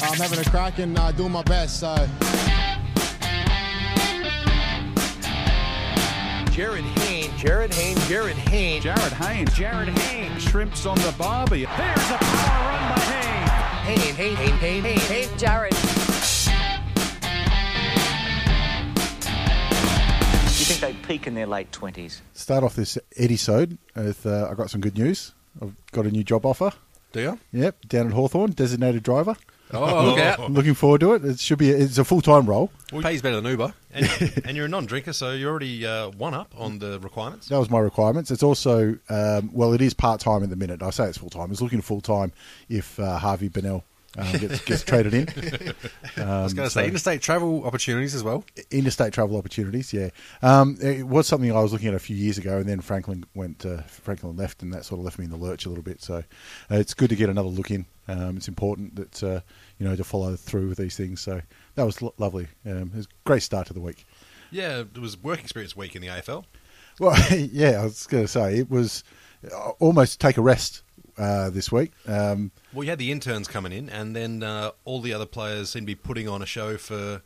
I'm having a crack and uh, doing my best. So. Jared Hain, Jared Hain, Jared Hain. Jared Hain. Jared Hain. Shrimps on the barbie. There's a power run by Hain. Hain, Hain, Hain, Hain, Hain, Hain. Jared. You think they peak in their late 20s? Start off this episode with uh, I got some good news. I've got a new job offer. Do you? Yep, down at Hawthorn, designated driver. Oh, look out. I'm looking forward to it. It should be it's a full time role. Pays better than Uber. And, and you're a non-drinker, so you're already uh, one up on the requirements. That was my requirements. It's also um, well, it is part time at the minute. I say it's full time. It's looking full time if uh, Harvey Bennell um, gets, gets traded in. Um, I was going to say interstate travel opportunities as well. Interstate travel opportunities, yeah. Um, it was something I was looking at a few years ago, and then Franklin went. Uh, Franklin left, and that sort of left me in the lurch a little bit. So uh, it's good to get another look in. Um, it's important that uh, you know to follow through with these things. So that was lo- lovely. Um, it was a great start to the week. Yeah, it was work experience week in the AFL. Well, yeah, I was going to say it was uh, almost take a rest uh, this week. Um, Well, you had the interns coming in, and then uh, all the other players seem to be putting on a show for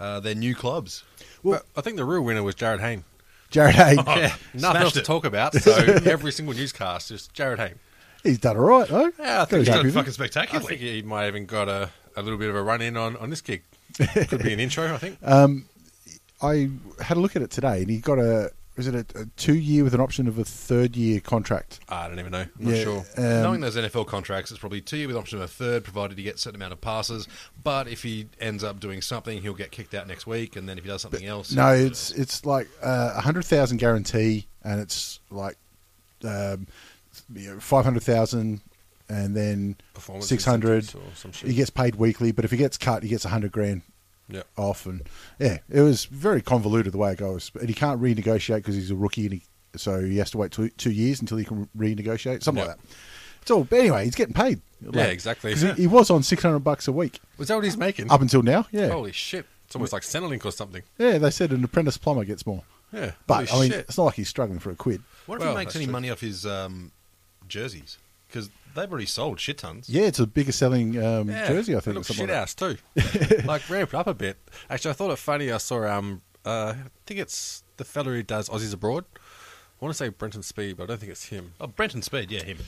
uh, their new clubs. Well- but I think the real winner was Jared Hain. Jared Hayne, Oh, yeah, nothing smashed else to it. talk about. So every single newscast is Jared Hain. he's done all right though. Yeah, I Gotta think he's be happy with done Fucking him. I spectacularly. think he might have even got a, a little bit of a run in on, on this gig. Could be an intro, I think. I had a look at it today, and he got a is it a, a two year with an option of a third year contract. Ah, I don't even know. I'm not Yeah, sure. um, Knowing those NFL contracts, it's probably two year with option of a third, provided he gets a certain amount of passes. But if he ends up doing something, he'll get kicked out next week, and then if he does something else, No, it's it's like uh, a hundred thousand guarantee, and it's like um, you know, five hundred thousand, and then Performance six hundred. incentives or some shit. He gets paid weekly, but if he gets cut, he gets a hundred grand Yeah. off, and yeah, it was very convoluted the way it goes, and he can't renegotiate because he's a rookie, and he, so he has to wait two two years until he can renegotiate something Yeah. like that. It's all, but anyway, he's getting paid. Yeah, exactly. 'cause He, he was on six hundred bucks a week Was that what he's making? up until now. Yeah, Holy shit. It's almost like Centrelink or something. yeah. They said an apprentice plumber gets more. Yeah. But Holy I mean, shit. it's not like he's struggling for a quid. what if Well, he makes that's any true. money off his um, jerseys? Because they've already sold shit tons. Yeah, it's the biggest selling um, Yeah, jersey, I it think. or looks something shit like ass too. like ramped up a bit. Actually, I thought it funny. I saw um, uh, I think it's the fella who does Aussies abroad. I want to say Brenton Speed, but I don't think it's him. Oh, Brenton Speed, yeah, him.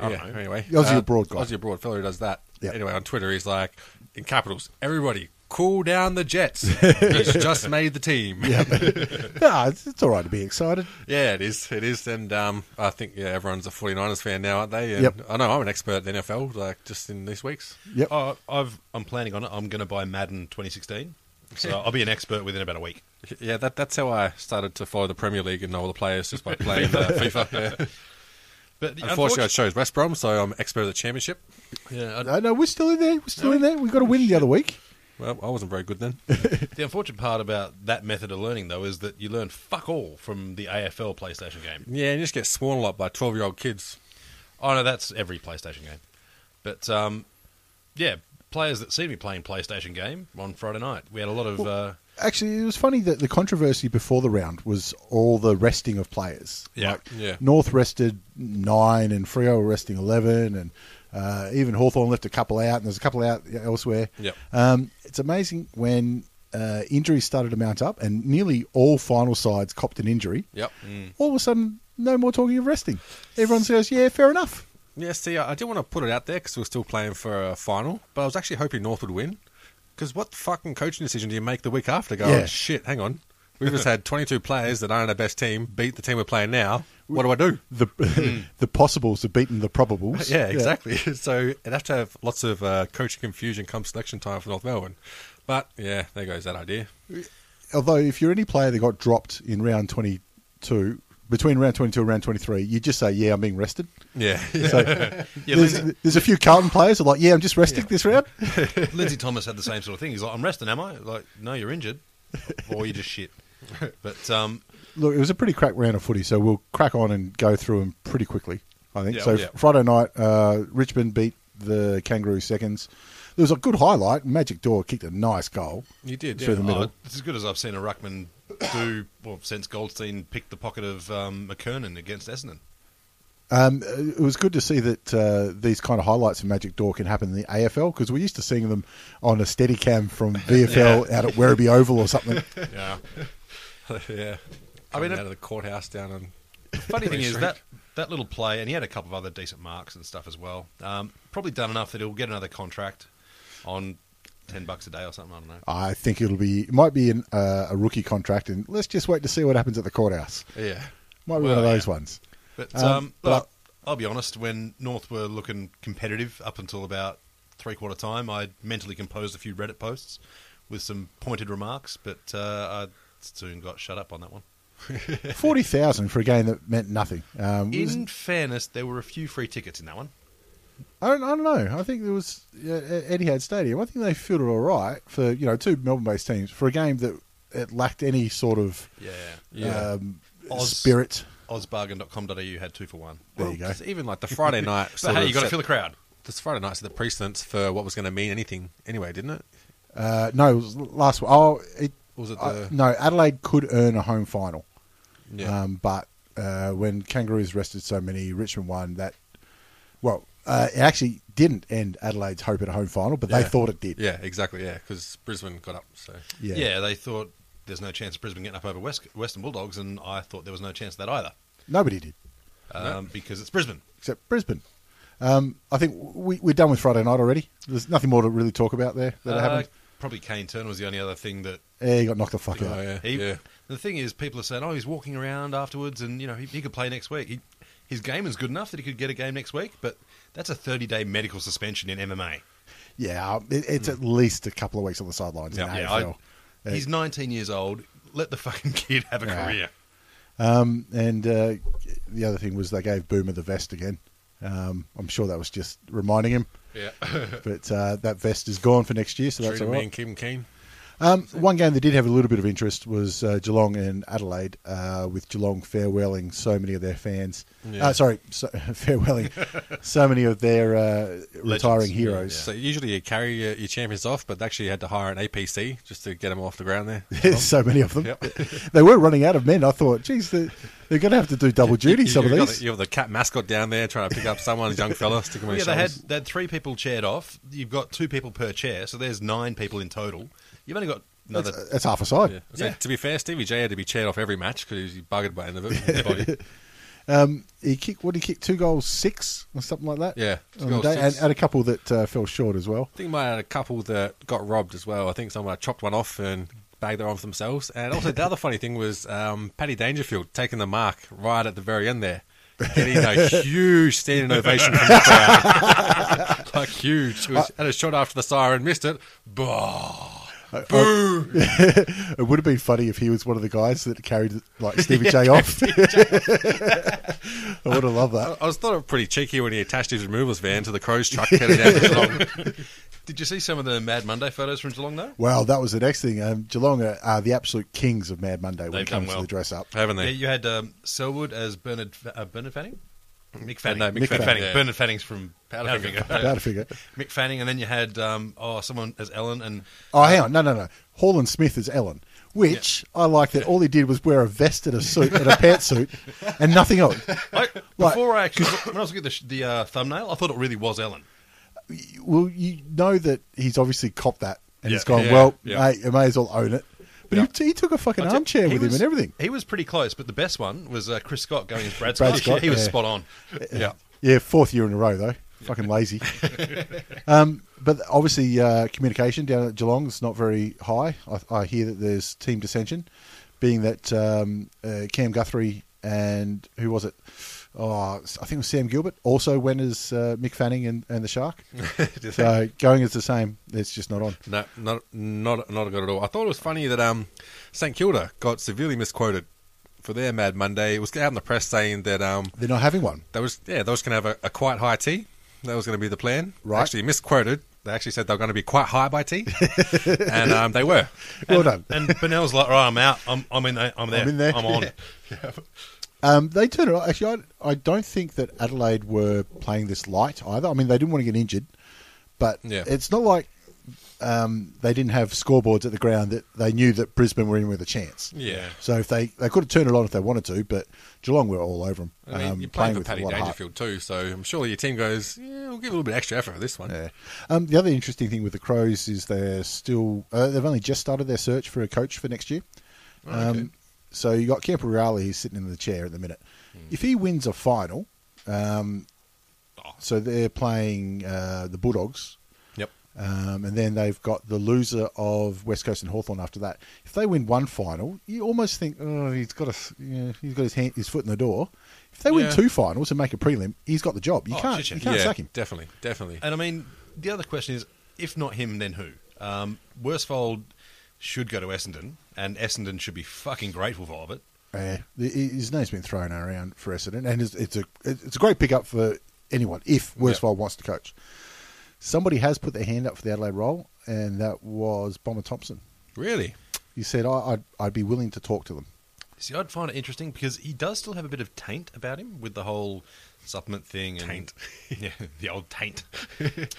I don't Yeah. know. Anyway, Uh, The Aussie abroad guy. Aussie abroad fella who does that. Yeah. Anyway, on Twitter, he's like in capitals. Everybody, cool down the Jets. he's just made the team. Yeah. that. Nah, it's, it's all right to be excited. it is. It is. And um, I think yeah, everyone's a 49ers fan now, aren't they? And Yep. I know I'm an expert at the NFL. Like just in these weeks. Yep. Oh, I've, I'm planning on it. I'm going to buy Madden 2016. So I'll be an expert within about a week. Yeah, that, that's how I started to follow the Premier League and know all the players just by playing uh, FIFA. Yeah. But Unfortunately, I chose West Brom, so I'm expert at the Championship. yeah, I- Uh, No, no, we're still in there. We're still in there. We got a win the other week. Well, I wasn't very good then. the unfortunate part about that method of learning, though, is that you learn fuck all from the AFL PlayStation game. yeah, and you just get sworn a lot by 12 year old kids. Oh, no, that's every PlayStation game. But, um, yeah, players that see me playing PlayStation game on Friday night, we had a lot of. uh, Actually, it was funny that the controversy before the round was all the resting of players. Yeah. Yeah. North rested nine, and Frio were resting eleven, and uh, even Hawthorn left a couple out, and there's a couple out elsewhere. Yep. Um, it's amazing when uh, injuries started to mount up, and nearly all final sides copped an injury. Yep. All of a sudden, no more talking of resting. Everyone says, "Yeah, fair enough." Yeah, see, I I didn't want to put it out there because we're still playing for a final, but I was actually hoping North would win. Because what fucking coaching decision do you make the week after? Go, Yeah. oh, shit, hang on. We've just had 22 players that aren't our best team beat the team we're playing now. What do I do? the the possibles have beaten the probables. Mm. Yeah, exactly. So it'd have to have lots of uh, coaching confusion come selection time for North Melbourne. But yeah, there goes that idea. Although, if you're any player that got dropped in round 22, between round 22 and round 23, you just say, "Yeah, I'm being rested." Yeah. So there's, there's a few Carlton players who are like, "Yeah, I'm just resting this round." uh, Lindsay Thomas had the same sort of thing. He's like, I'm resting, am I? Like, no, you're injured. Or you're just shit. But, um, Look, it was a pretty crack round of footy, so we'll crack on and go through them pretty quickly. I think Yeah, so. yeah. Friday night, uh, Richmond beat the Kangaroo seconds. There was a good highlight. Magic Door kicked a nice goal. You did, through yeah. the middle. Oh, it's as good as I've seen a ruckman do. Well, since Goldstein picked the pocket of um, McKernan against Essendon. Um, it was good to see that uh, these kind of highlights of Magic Door can happen in the AFL because we're used to seeing them on a Steadicam from VFL out at Werribee Oval or something. Yeah. yeah. I mean, Coming it- out of the courthouse down in Funny thing is that that little play, and he had a couple of other decent marks and stuff as well. Um, probably done enough that he'll get another contract on ten bucks a day or something. I don't know. I think it'll be it might be an, uh, a rookie contract, and let's just wait to see what happens at the courthouse. Yeah, Might be Well, one of those yeah. ones. But Um, um, but- look, I'll be honest. When North were looking competitive up until about three quarter time, I mentally composed a few Reddit posts with some pointed remarks, but uh, I soon got shut up on that one. Forty thousand for a game that meant nothing. Um, it was- In fairness, there were a few free tickets in that one. I don't, I don't know. I think there was uh, Etihad Stadium. I think they fielded all right for you know two Melbourne-based teams for a game that it lacked any sort of Yeah, um, Oz- spirit. Ozbargain.com.au had two for one. There you go. 'Cause even like the Friday night. But sort hey, of you got to set- feel the crowd. This Friday night's the precedence for what was going to mean anything anyway, didn't it? Uh, no, it was the last one. Oh, it Was it I- the- no? Adelaide could earn a home final, Yeah. um, but uh, when Kangaroos rested so many, Richmond won that. Well, uh, it actually didn't end Adelaide's hope at a home final, but they Yeah. thought it did. yeah, exactly. Yeah, because Brisbane got up. So yeah. Yeah. they thought there's no chance of Brisbane getting up over West, Western Bulldogs, and I thought there was no chance of that either Nobody did. um, because it's Brisbane. except Brisbane. Um, I think we, we're done with Friday night already. There's nothing more to really talk about there that Uh, happened. Probably Kane Turner was the only other thing that Yeah, he got knocked the fuck out. Oh, yeah. he. The thing is, people are saying, "Oh, he's walking around afterwards, and you know he, he could play next week. He, his game is good enough that he could get a game next week, but that's a 30-day medical suspension in MMA. Yeah, um, it, it's Hmm. at least a couple of weeks on the sidelines in the Yeah, AFL. I- Uh, he's 19 years old. Let the fucking kid have a Yeah. career. Um, and uh, the other thing was they gave Boomer the vest again. Um, I'm sure that was just reminding him, Yeah, but uh, that vest is gone for next year, so that's Treated all me and right. Kim Keane. Um, one game that did have a little bit of interest was uh, Geelong and Adelaide, uh, with Geelong farewelling so many of their fans. Yeah. Uh, sorry, so, farewelling so many of their uh, retiring heroes. So usually you carry your, your champions off, but actually you had to hire an APC just to get them off the ground there. There's so many of them. Yep. they were running out of men. I thought, geez, they're, they're going to have to do double duty. You- some of you got these. The, you got the cat mascot down there trying to pick up someone's young fella, stick him in yeah. his They had shoulders. they had three people chaired off. You've got two people per chair, so there's nine people in total. You've only got another. that's, uh, that's half a side. So to be fair, Stevie J had to be chaired off every match because he was buggered by the end of it. He kicked. What did he kick? Two goals, six or something like that. Yeah, two on the goals, day, and, six. and a couple that uh, fell short as well. I think might had a couple that got robbed as well. I think someone had chopped one off and bagged their arm for themselves. And also the other funny thing was um, Paddy Dangerfield taking the mark right at the very end there. Getting a huge standing ovation from the crowd. like huge. It was, had a shot after the siren, missed it. Bah. Boo! It would have been funny if he was one of the guys that carried like Stevie J off. I would have loved that. I was thought it pretty cheeky when he attached his removals van to the crow's truck headed down to Geelong. Did you see some of the Mad Monday photos from Geelong though? Well, that was the next thing. Um, Geelong are, are the absolute kings of Mad Monday when They've it done comes to well. the dress up. Haven't Yeah, they? you had um, Selwood as Bernard uh, Bernard Fanning, Mick Uh, Fanning, no, Mick Mick, Fanning, Fanning, yeah. Bernard Fanning's from Powderfinger. About to figure. Mick Fanning, and then you had um, oh someone as Ellen, and Oh, hang on. No, no, no. Holland Smith is Ellen, which I like that all he did was wear a vest and a suit and a pantsuit and nothing else. I, before I actually when I was looking at the, sh- the uh, thumbnail, I thought it really was Ellen. Well, you know that he's obviously copped that and he's Yeah. gone, Yeah, well, yeah. mate, I may as well own it. But he, he took a fucking I ju- armchair he with was- him and everything. He was pretty close, but the best one was uh, Chris Scott going as Brad Scott. Brad Scott, he was yeah. spot on. Yeah, Yeah, fourth year in a row, though. Fucking lazy. um, but obviously, uh, communication down at Geelong is not very high. I, I hear that there's team dissension, being that um, uh, Cam Guthrie and who was it? Oh, I think it was Sam Gilbert also went as uh, Mick Fanning and, and the Shark. so going as the same, it's just not on. No, not not not good at all. I thought it was funny that um, St Kilda got severely misquoted for their Mad Monday. It was out in the press saying that um, They're not having one. they was yeah they was going to have a, a quite high tea. That was going to be the plan. Right. Actually misquoted. They actually said they were going to be quite high by tea, and um, they were. Well done. and Benell's like, right, I'm out. I'm, I'm in. there. I'm there. in there." I'm on. Yeah. Um, they turned it. on- Actually, I, I don't think that Adelaide were playing this light either. I mean, they didn't want to get injured, but Yeah. it's not like um, they didn't have scoreboards at the ground that they knew that Brisbane were in with a chance. Yeah. So if they they could have turned it on if they wanted to, but Geelong were all over um, them. I mean, you're playing, for Paddy Dangerfield too, so I'm sure your team goes, yeah, we'll give a little bit extra effort for this one. Yeah. Um, the other interesting thing with the Crows is they're still uh, they've only just started their search for a coach for next year. Oh, Um, So you got Camper Raleigh who's sitting in the chair at the minute. Hmm. If he wins a final, um, Oh. so they're playing uh, the Bulldogs, Yep. um, and then they've got the loser of West Coast and Hawthorn after that. If they win one final, you almost think, oh, he's got a, yeah, he's got his hand, his foot in the door. If they win Yeah. two finals and make a prelim, he's got the job. You Oh, can't, shit, you yeah. can't yeah, sack him. definitely, definitely. And I mean, the other question is, if not him, then who? Um, Worsfold should go to Essendon, and Essendon should be fucking grateful for all of it. Uh, his name's been thrown around for Essendon, and it's, it's a it's a great pickup for anyone if Worsfold wants to coach. Somebody has put their hand up for the Adelaide role, and that was Bomber Thompson. really? He said, I, "I'd I'd be willing to talk to them." See, I'd find it interesting because he does still have a bit of taint about him with the whole supplement thing. And, Taint. yeah, the old taint.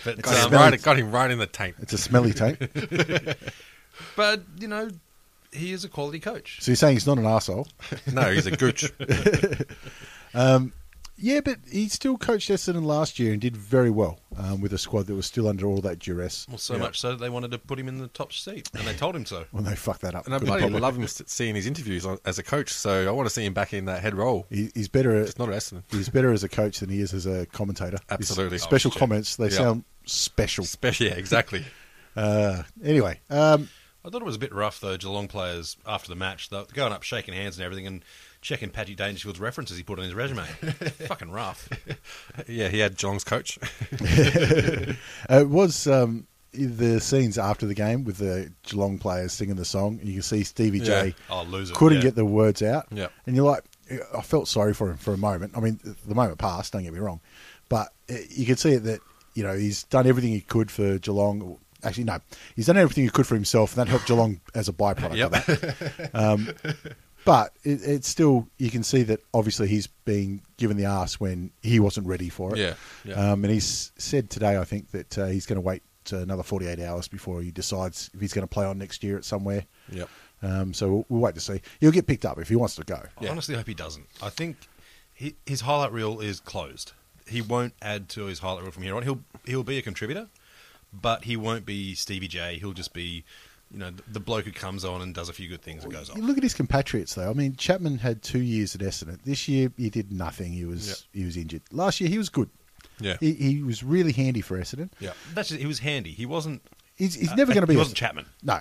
but, Got, him um, right, got him right in the tank. It's a smelly tank. but, you know, he is a quality coach. so you're saying he's not an arsehole? No, he's a gooch. Yeah, but he still coached Essendon last year and did very well um, with a squad that was still under all that duress. Well, so much so that they wanted to put him in the top seat, and they told him so. When they fucked that up, And I Good bloody problem. love him s- seeing his interviews on, as a coach, so I want to see him back in that head role. He, he's better. At, It's not at Essendon. He's better as a coach than he is as a commentator. His Absolutely. special Oh, shit. comments. They Yeah. sound special. Especially, yeah, exactly. Uh, anyway, um, I thought it was a bit rough though. Geelong players after the match, they were going up, shaking hands and everything, and checking Patty Dangerfield's references he put on his resume. Fucking rough. Yeah, he had Geelong's coach. it was um, the scenes after the game with the Geelong players singing the song. You can see Stevie J Yeah. Oh, loser. couldn't Yeah. get the words out. Yeah. And you're like, I felt sorry for him for a moment. I mean, the moment passed, don't get me wrong. But uh, you could see it that, you know, he's done everything he could for Geelong. Actually, no, he's done everything he could for himself, and that helped Geelong as a byproduct Yep. of that. But it, it's still, you can see that obviously he's being given the arse when he wasn't ready for it. Yeah, yeah. Um, and he's said today, I think, that uh, he's going to wait uh, another 48 hours before he decides if he's going to play on next year at somewhere. Yep. Um, so we'll, we'll wait to see. He'll get picked up if he wants to go. I honestly hope he doesn't. I think he, his highlight reel is closed. He won't add to his highlight reel from here on. He'll he'll be a contributor, but he won't be Stevie J. He'll just be, you know, the, the bloke who comes on and does a few good things and goes You on. look at his compatriots, though. I mean, Chapman had two years at Essendon. This year, he did nothing. He was he was injured. Last year, he was good. Yeah. He, he was really handy for Essendon. Yeah. That's just, he was handy. He wasn't. He's, he's uh, never going to be. He a- wasn't Chapman. No.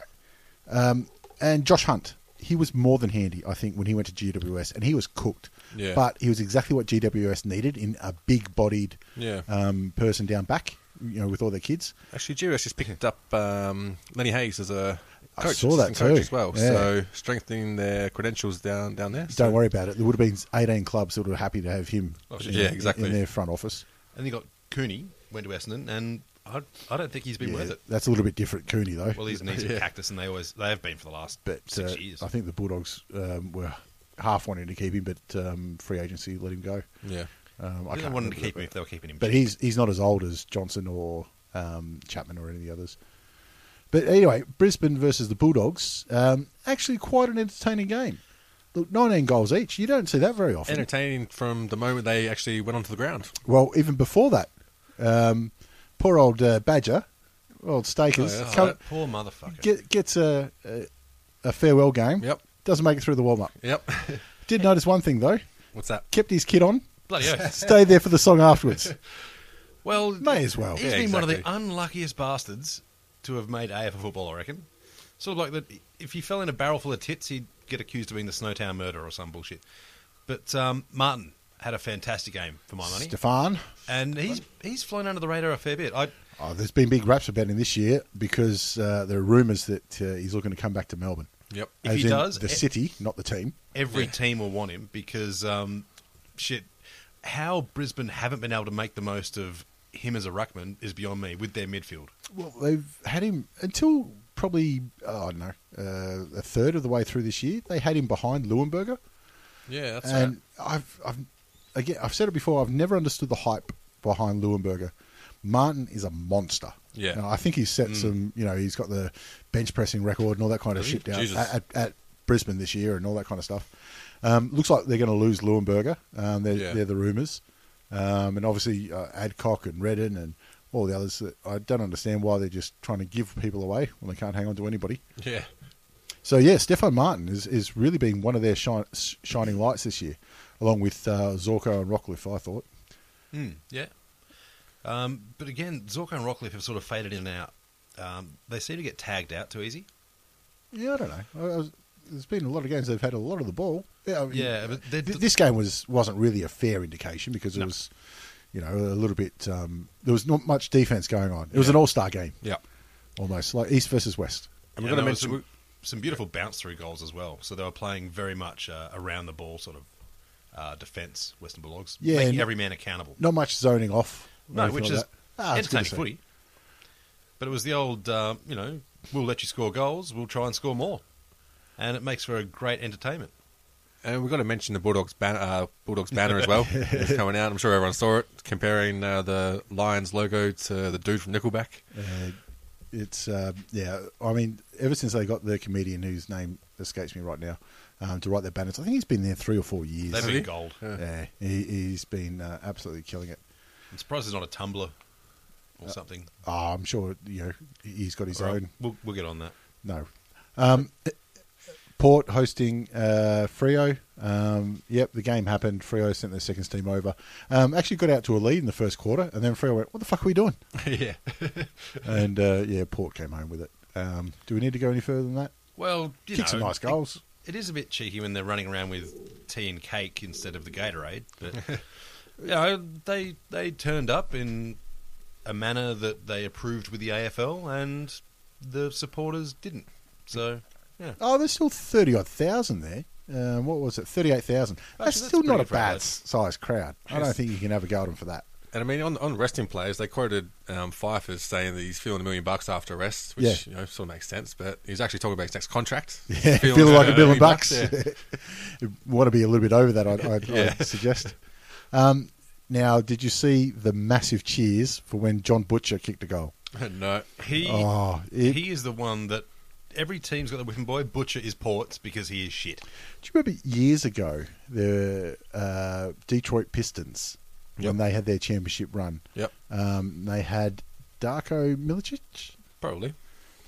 Um, and Josh Hunt, he was more than handy, I think, when he went to GWS, and he was cooked. Yeah. But he was exactly what GWS needed in a big-bodied Yeah. um, person down back, you know, with all their kids. Actually, GWS just picked up um, Lenny Hayes as a I coach, saw that assistant coach too. as well. Yeah. So strengthening their credentials down down there. So- Don't worry about it. There would have been 18 clubs that were happy to have him Oh, in, Yeah, exactly. in their front office. And he got Cooney went to Essendon, and I I don't think he's been Yeah, worth it. That's a little bit different, Cooney, though. Well, his knees are cactus, and they always they have been for the last but six uh, years. I think the Bulldogs um, were half wanting to keep him, but um, free agency let him go. Yeah. Um, I they can't wanted to remember keep the- him if they were keeping him. But cheap. he's he's not as old as Johnson or um, Chapman or any of the others. But anyway, Brisbane versus the Bulldogs. Um, actually, quite an entertaining game. Look, 19 goals each. You don't see that very often. Entertaining from the moment they actually went onto the ground. well, even before that, um, poor old uh, Badger, old Stakers, Oh, yeah. come- That poor motherfucker. uh, get, gets a, a, a farewell game. Yep. Doesn't make it through the warm up. Yep. Did notice one thing, though. What's that? Kept his kid on, Bloody oath. stayed there for the song afterwards. Well, May as well. He's Yeah, been one of the exactly. unluckiest bastards to have made AFL football. I reckon. Sort of like that. If he fell in a barrel full of tits, he'd get accused of being the Snowtown murderer or some bullshit. But um, Martin had a fantastic game for my money, Stefan. and he's he's flown under the radar a fair bit. I Oh, there's been big raps about him this year because uh, there are rumours that uh, he's looking to come back to Melbourne. Yep. If As he in does, the it- city, not the team. every team will want him because um, shit, how Brisbane haven't been able to make the most of him as a ruckman is beyond me with their midfield. Well, they've had him until probably oh, I don't know uh, a third of the way through this year. They had him behind Lewinberger, Yeah, that's right. and I've, I've again I've said it before. I've never understood the hype behind Lewinberger. Martin is a monster. Yeah. Mm. Now, I think he's set some, you know, he's got the bench pressing record and all that kind of Has he? shit down Jesus. at, at, at Brisbane this year and all that kind of stuff. Um, looks like they're going to lose Lewinberger. Um, they're, Yeah. they're the rumours. Um, and obviously uh, Adcock and Redden and all the others. that- I don't understand why they're just trying to give people away when they can't hang on to anybody. Yeah. So yeah, Stefan Martin is, is really been one of their shi- s shining lights this year, along with uh, Zorko and Rockcliffe. I thought. Yeah. Um, but again, Zorko and Rockcliffe have sort of faded in and out. Um, they seem to get tagged out too easy. Yeah, I don't know. I, I was, there's been a lot of games they've had a lot of the ball. Yeah, I mean, Yeah, but they're- th- this game was wasn't really a fair indication because it was, you know, a little bit. Um, there was not much defense going on. It was an all star game Yeah. almost, like East versus West. And we're And going to there were mention. some, some beautiful bounce through goals as well. So they were playing very much uh, around the ball sort of uh, defence, Western Bulldogs, Yeah, making and- every man accountable. Not much zoning off. or No, anything which like is that. Ah, it's good to entertaining see. footy. But it was the old, uh, you know, we'll let you score goals, we'll try and score more. And it makes for a great entertainment. And Uh, we've got to mention the Bulldogs, ban- uh, Bulldogs banner as well. It's coming out. I'm sure everyone saw it. Comparing uh, the Lions logo to the dude from Nickelback. Uh, it's uh, yeah. I mean, ever since they got the comedian whose name escapes me right now um, to write their banners, I think he's been there three or four years. They've Really? been gold. Yeah, he, he's been uh, absolutely killing it. I'm surprised there's not a tumbler or something. Oh, I'm sure you know he's got his All right, own. We'll, we'll get on that. No, um, Port hosting uh, Frio. Um, yep, the game happened. Frio sent their second team over. Um, actually got out to a lead in the first quarter, and then Frio went, "What the fuck are we doing?" yeah. and uh, yeah, Port came home with it. Um, do we need to go any further than that? Well, you Kick know, some nice it- goals. It is a bit cheeky when they're running around with tea and cake instead of the Gatorade, but you know, they they turned up in a manner that they approved with the AFL, and the supporters didn't. So yeah, Oh, there's still thirty odd thousand there. Um, what was it? Thirty-eight thousand. That's, that's still not pretty a bad privileged. s- sized crowd. I don't think you can have a go at them for that. And I mean, on on resting players, they quoted um, Fife as saying that he's feeling a million bucks after rest, which Yeah. you know sort of makes sense. But he's actually talking about his next contract. Yeah, Feeling, feel like uh, a billion bucks. yeah. Want to be a little bit over that, I'd, I'd, Yeah. I'd suggest. Um, now, did you see the massive cheers for when John Butcher kicked a goal? no, he Oh, it- he is the one that every team's got the whipping boy. Butcher is Ports because he is shit. Do you remember years ago the uh, Detroit Pistons when Yep. they had their championship run? Yep. Um, they had Darko Milicic, probably.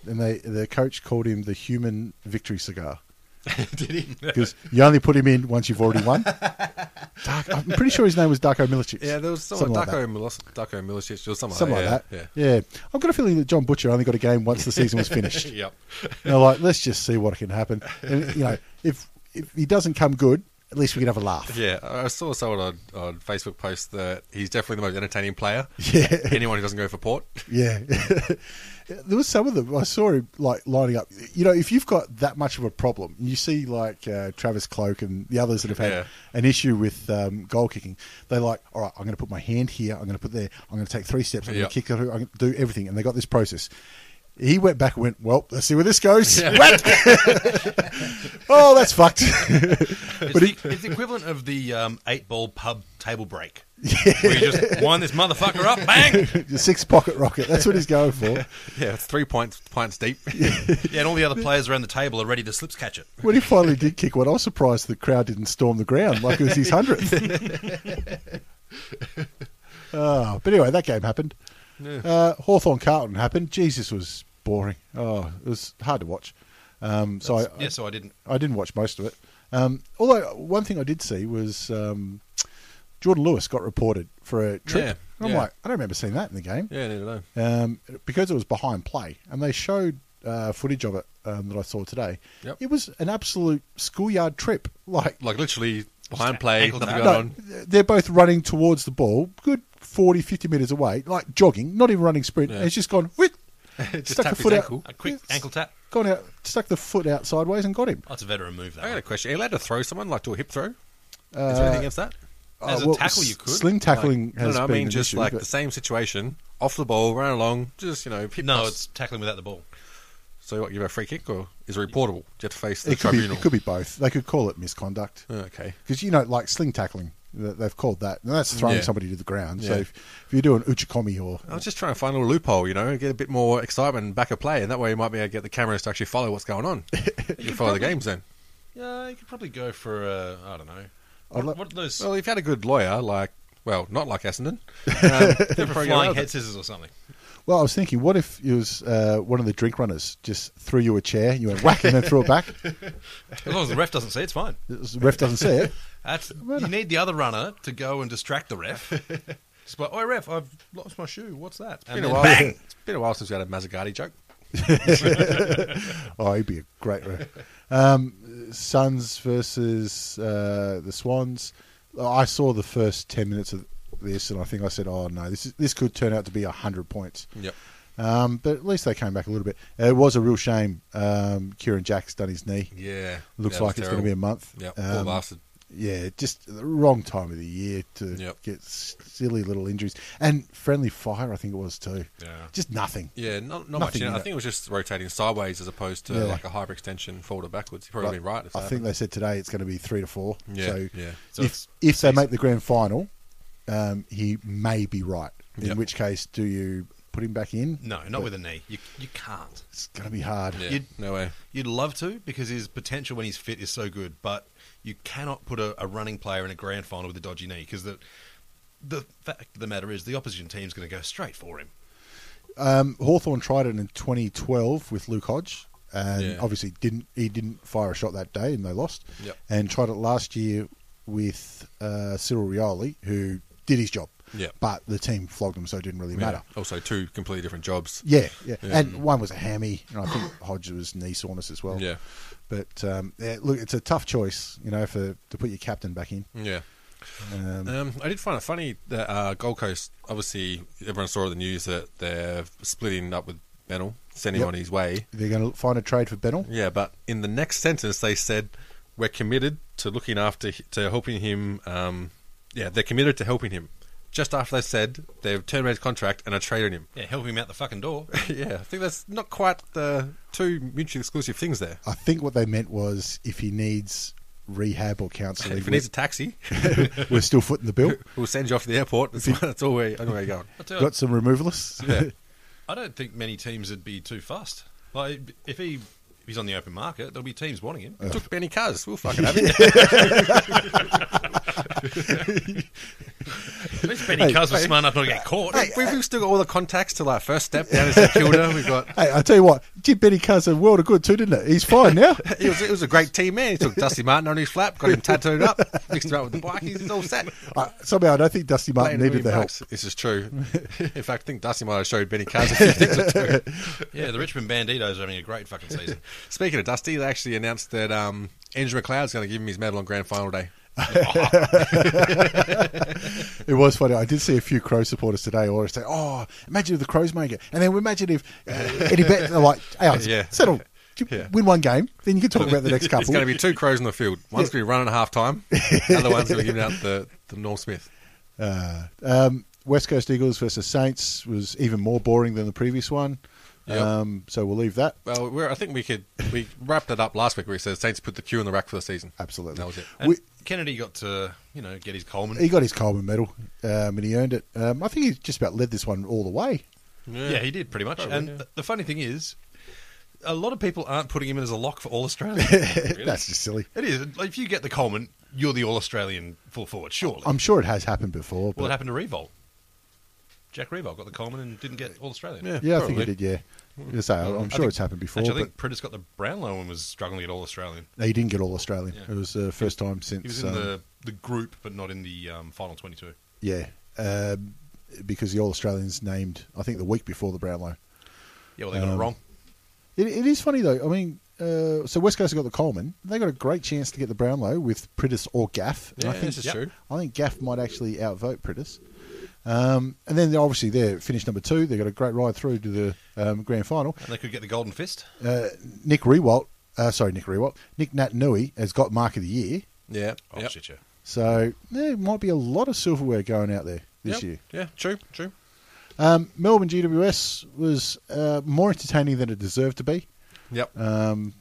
and they the coach called him the human victory cigar. Did he? Because you only put him in once you've already won. Dark, I'm pretty sure his name was Darko Milicic. Yeah, there was someone Something like that. Darko Milos, Darko Milicic or something, something like, like that. that. Yeah. I've got a feeling that John Butcher only got a game once the season was finished. Yeah. Yep. They're like, let's just see what can happen. And, you know, if if he doesn't come good, at least we can have a laugh. Yeah, I I saw someone on, on Facebook post that he's definitely the most entertaining player. Yeah. Anyone who doesn't go for Port. Yeah. there was some of them I saw him like lining up. You know, if you've got that much of a problem, you see like uh, Travis Cloak and the others that have had Yeah. an issue with um, goal kicking. They're like, all right, I'm going to put my hand here. I'm going to put there. I'm going to take three steps. I'm Yeah. going to kick it. I'm going to do everything. And they got this process. He went back and went, well, let's see where this goes. Whack! oh, that's fucked. It's, But the, he- it's the equivalent of the um, eight ball pub table break. Where you just wind this motherfucker up, bang! The six pocket rocket. That's what he's going for. Yeah, it's three pints, pints deep. Yeah, and all the other players around the table are ready to slips catch it. When he finally did kick one, I was surprised the crowd didn't storm the ground like it was his hundredth. oh, but anyway, that game happened. Uh, Hawthorne Carlton happened. Jesus was boring. Oh, it was hard to watch. Um, so I, Yeah, so I didn't. I didn't watch most of it. Um, although one thing I did see was um, Jordan Lewis got reported for a trip. Yeah, And I'm yeah. like, I don't remember seeing that in the game yeah, no, no, no. um, because it was behind play, and they showed uh, footage of it um, that I saw today. Yep. It was an absolute schoolyard trip. Like, Like literally behind play, ankle nothing tap. going no, on. they're both running towards the ball, good 40, 50 metres away, like jogging, not even running sprint. Yeah. And it's just gone, whip, Just stuck tap a his foot ankle. out, A quick Yes. ankle tap. gone out, stuck the foot out sideways and got him. That's a veteran move, though. I got a question. Are you allowed to throw someone, like do a hip throw? Is there anything against that? As Uh, a well, tackle, you could. Sling tackling No, has no, I been mean an just issue, like but- the same situation, off the ball, run along, just you know, hip no, toss. it's tackling without the ball. so what? Give a free kick, or is it reportable? Do you have to face the it could, be, tribunal? Oh, it could be both. They could call it misconduct. Okay, Because, you know, like sling tackling, Th- They've called that, and that's throwing Yeah. somebody to the ground. So Yeah. if, if you're doing uchikomi or I was just trying to find a little loophole, you know, get a bit more excitement and back a play, and that way you might be able to get the cameras to actually follow what's going on. you follow the games then. Yeah, you could probably go for uh, I don't know. I'd What, like- what are those? Well, if you had a good lawyer, like, well, not like Essendon, um, they're they'd for probably get flying out of head it. scissors or something. Well, I was thinking, what if it was uh, one of the drink runners just threw you a chair, you went whack, and then threw it back? As long as the ref doesn't see, it's fine. The ref doesn't see it. That's you need the other runner to go and distract the ref. Just like, "Oi, ref, I've lost my shoe. What's that?" And Been a then while- bang. It's been a while since we had a Mazzagatti joke. Oh, he'd be a great ref. Um, Suns versus uh, the Swans. I saw the first ten minutes of this, and I think I said, "Oh no, this is, this could turn out to be hundred points." Yep. Um, but at least they came back a little bit. Uh, It was a real shame. Um, Kieran Jack's done his knee. Yeah. Looks that was like it's going to be a month. terrible. Yep. Um, poor bastard. Yeah, just the wrong time of the year to Yep. get s- silly little injuries. And friendly fire, I think it was too. Yeah. Just nothing. Yeah, not, not much. Nothing You know, in I it. think it was just rotating sideways as opposed to Yeah. like a hyperextension forward or backwards. You're probably But right. If I that think happened. they said today it's going to be three to four. Yeah, so yeah. So if it's if they make the grand final, um, he may be right. In Yep. which case, do you put him back in? No, not with a knee. You you can't. It's going to be hard. Yeah, you'd- no way. You'd love to because his potential when he's fit is so good, but you cannot put a, a running player in a grand final with a dodgy knee because the the fact of the matter is the opposition team's going to go straight for him. Um, Hawthorne tried it in 2012 with Luke Hodge, and Yeah. obviously didn't he didn't fire a shot that day, and they lost. Yep. And tried it last year with uh, Cyril Rioli, who did his job. Yep. But the team flogged him, so it didn't really Yeah. matter. Also, two completely different jobs. Yeah, yeah, Yeah. And one was a hammy, and I think Hodge was knee soreness as well. Yeah. But um, yeah, look, it's a tough choice, you know, for to put your captain back in. Yeah. Um, Um, I did find it funny that uh, Gold Coast, obviously, everyone saw the news that they're splitting up with Benel, sending Yep. him on his way. they're going to find a trade for Bennell. Yeah, but in the next sentence, they said, We're committed to looking after, to helping him. Um, yeah, they're committed to helping him. Just after they said they've terminated his contract and are trading him. Yeah, help him out the fucking door. yeah, I think that's not quite the two mutually exclusive things there. I think what they meant was if he needs rehab or counselling, If he needs a taxi, we're, we're still footing the bill. we'll send you off to the airport. That's, that's all where, anywhere you're going. I, tell you, Got some removalists. I don't think many teams would be too fussed. Like if he if he's on the open market, there'll be teams wanting him. Took Benny Cuz. We'll fucking have it. At least Benny Cuz was smart enough not to get caught. We've we've still got all the contacts to like first step down to St Kilda. We've got. Hey, I tell you what, did Benny Carr's a world of good too, didn't it? He's fine now. It was, it was a great team, man. He took Dusty Martin on his flap, got him tattooed up, mixed him up with the bike. He's all set. I, somehow, I don't think Dusty Martin Playing needed the help. William Bucks. This is true. In fact, I think Dusty might have showed Benny Cuz a few things or two. Yeah, the Richmond Bandidos are having a great fucking season. Speaking of Dusty, they actually announced that um, Andrew McLeod's going to give him his medal on grand final day. It was funny. I did see a few Crow supporters today always say, "Oh, imagine if the Crows make it," and then imagine if uh, Eddie Betts are like, "Hey, Alex, Yeah. settle, You win one game, then you can talk about the next It's couple." going to be two crows in the field. One's going to be running at half time, the other one's going to be giving out the, the Norm Smith. Uh, um, West Coast Eagles versus Saints was even more boring than the previous one. Yep. Um, so we'll leave that. Well, we're, I think we could we wrapped it up last week where he says Saints put the queue in the rack for the season. Absolutely, That was it. And We- Kennedy got to you know get his Coleman. he got his Coleman medal, um, and he earned it. Um, I think he just about led this one all the way. Yeah, he did pretty much. and th- the funny thing is, a lot of people aren't putting him in as a lock for All Australia. That's just silly. it is. Like, if you get the Coleman, you're the All Australian full forward, surely. I'm sure it has happened before. well, it but- happened to Revolt. Jack Revolt got the Coleman and didn't get All Australian. yeah, I probably. think it did. Yeah, I say, I'm I sure think- it's happened before. Actually, I but- think Prentice got the Brownlow and was struggling to get All Australian. No, he didn't get all Australian. Yeah. It was the first time since. He was in um, the, the group, but not in the um, final 22. yeah, um, because the all Australians named I think the week before the Brownlow. Yeah, well, they got Um, it wrong. It, it is funny though. I mean, uh, so West Coast have got the Coleman. They got a great chance to get the Brownlow with Prittis or Gaff. And I Yeah, think this is Yep. true. I think Gaff might actually outvote Prittis. Um, and then they're obviously they're finished number two. They got a great ride through to the um, grand final. And they could get the Golden Fist. Nick Rewalt, uh, sorry, Nick Rewalt, Nick Nat Nui has got Mark of the Year. Yeah. Oh, Yep. shit, yeah. So there might be a lot of silverware going out there this Yep. year. Yeah, true, true. Um, Melbourne GWS was uh, more entertaining than it deserved to be. Yep. Um,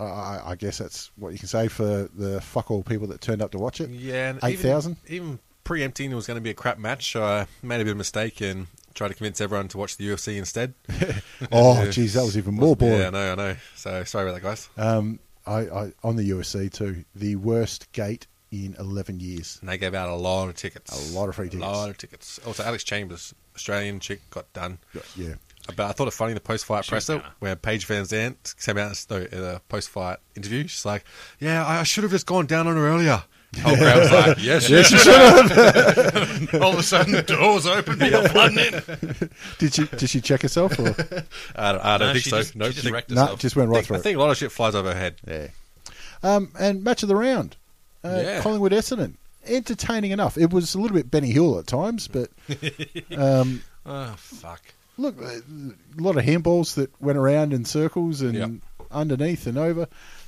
I- I, I guess that's what you can say for the fuck all people that turned up to watch it. Yeah, and eight thousand. Even, even preempting it was going to be a crap match, so I made a bit of a mistake and tried to convince everyone to watch the UFC instead. Oh, geez, that was even more boring. Yeah, I know, I know. So sorry about that, guys. Um, I, I on the USC too. The worst gate in eleven years. and they gave out a lot of tickets, A lot of free tickets. a lot of tickets. Also, Alex Chambers, Australian chick, got done. Yeah, But I thought it funny the post fight She was presser gonna. where Paige Van Zandt came out and- no, in a post fight interview. She's like, "Yeah, I I should have just gone down on her earlier." Whole crowd's like, "Yes, yes, you should." All of a sudden, the doors open, people flooding in. did she did she check herself or I don't, I don't No, think she so. just- no, she just think- wrecked no? herself. Just went right think- through. I think a lot of shit flies over her head. Yeah. Um, and match of the round, uh, Yeah. Collingwood Essendon. Entertaining enough. It was a little bit Benny Hill at times, but Oh Ah, fuck! look, uh, a lot of handballs that went around in circles and Yep. underneath and over.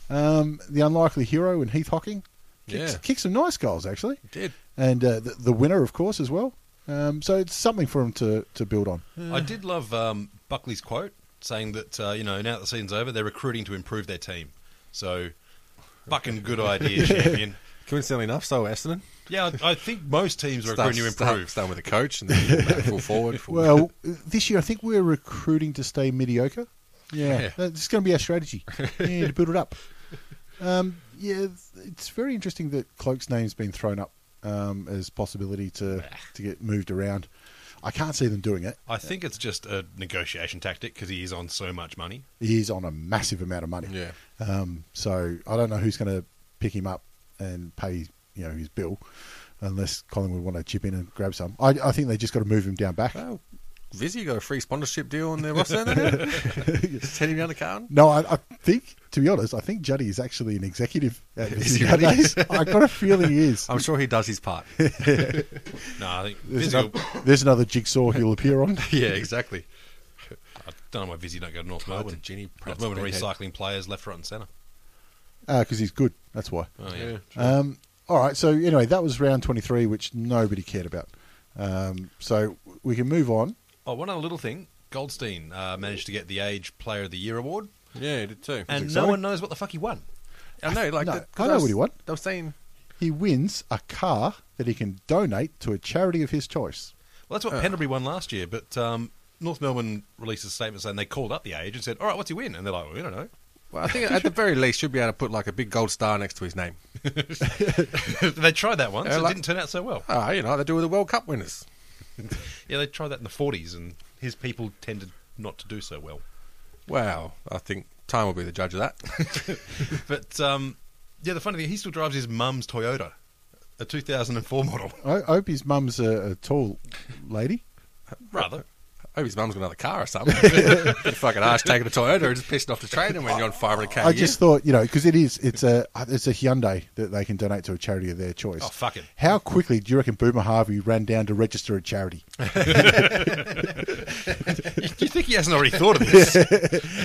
Um, the unlikely hero and Heath Hocking kicks, Yeah. kicked some nice goals actually, Did and uh, the, the winner of course as well. Um, so it's something for him to, to build on. I did love um, Buckley's quote saying that uh, you know now that the season's over, they're recruiting to improve their team. So, fucking good idea, champion. coincidentally enough, so Essendon Yeah, I, I think most teams are Start- recruiting to start- improve. Starting with a coach and then back full forward. Full Well, this year I think we're recruiting to stay mediocre. Yeah, Yeah. that's going to be our strategy. yeah, to build it up. Um, yeah, it's very interesting that Cloak's name's been thrown up um, as possibility to to get moved around. I can't see them doing it. I think it's just a negotiation tactic because he is on so much money. He is on a massive amount of money. yeah. Um, so I don't know who's going to pick him up and pay you know his bill, unless Collingwood want to chip in and grab some. I, I think they just got to move him down back. Well, Vizzy got a free sponsorship deal on their roster. didn't they? Just heading down the Carlton. No, I, I think, to be honest, I think Juddy is actually an executive at Is Vizzy he really? nowadays. I got a feeling he is. I'm sure he does his part. No, I think There's, Vizzy. another, will- there's another jigsaw he'll appear on. yeah, exactly. I don't know why Vizzy don't go to North God, Melbourne. the Ginny North Pratt's Melbourne bedhead. recycling players left, right, and centre. Because Uh, he's good, that's why. Oh yeah. Um, all right, so anyway, that was round 23, which nobody cared about. Um, so we can move on. Oh, one other little thing. Goldstein uh, managed to get the Age Player of the Year award, Yeah, he did too. and no exciting. one knows what the fuck he won. I know, like, No, that- I know what he won. I was saying, He wins a car that he can donate to a charity of his choice. Well, that's what Uh. Pendlebury won last year, but um, North Melbourne released a statement saying they called up the age and said, "All right, what's he win?" And they're like, "Well, "We don't know." well, I think at the very least, should be able to put like a big gold star next to his name. they tried that once; Yeah, it like- didn't turn out so well. Ah, you know, they do with the World Cup winners. Yeah, they tried that in the '40s, and his people tended not to do so well. Wow, I think time will be the judge of that. But um, yeah, the funny thing—he still drives his mum's Toyota, a 2004 model, I I hope his mum's a, a tall lady. rather. I hope his mum's got another car or something. Bit fucking arse taking a Toyota and just pissing off the trader when you're on 500k. I just thought, you know, because it is, it's a, it's a Hyundai that they can donate to a charity of their choice. Oh, fuck it. How quickly do you reckon Boomer Harvey ran down to register a charity? do you think he hasn't already thought of this?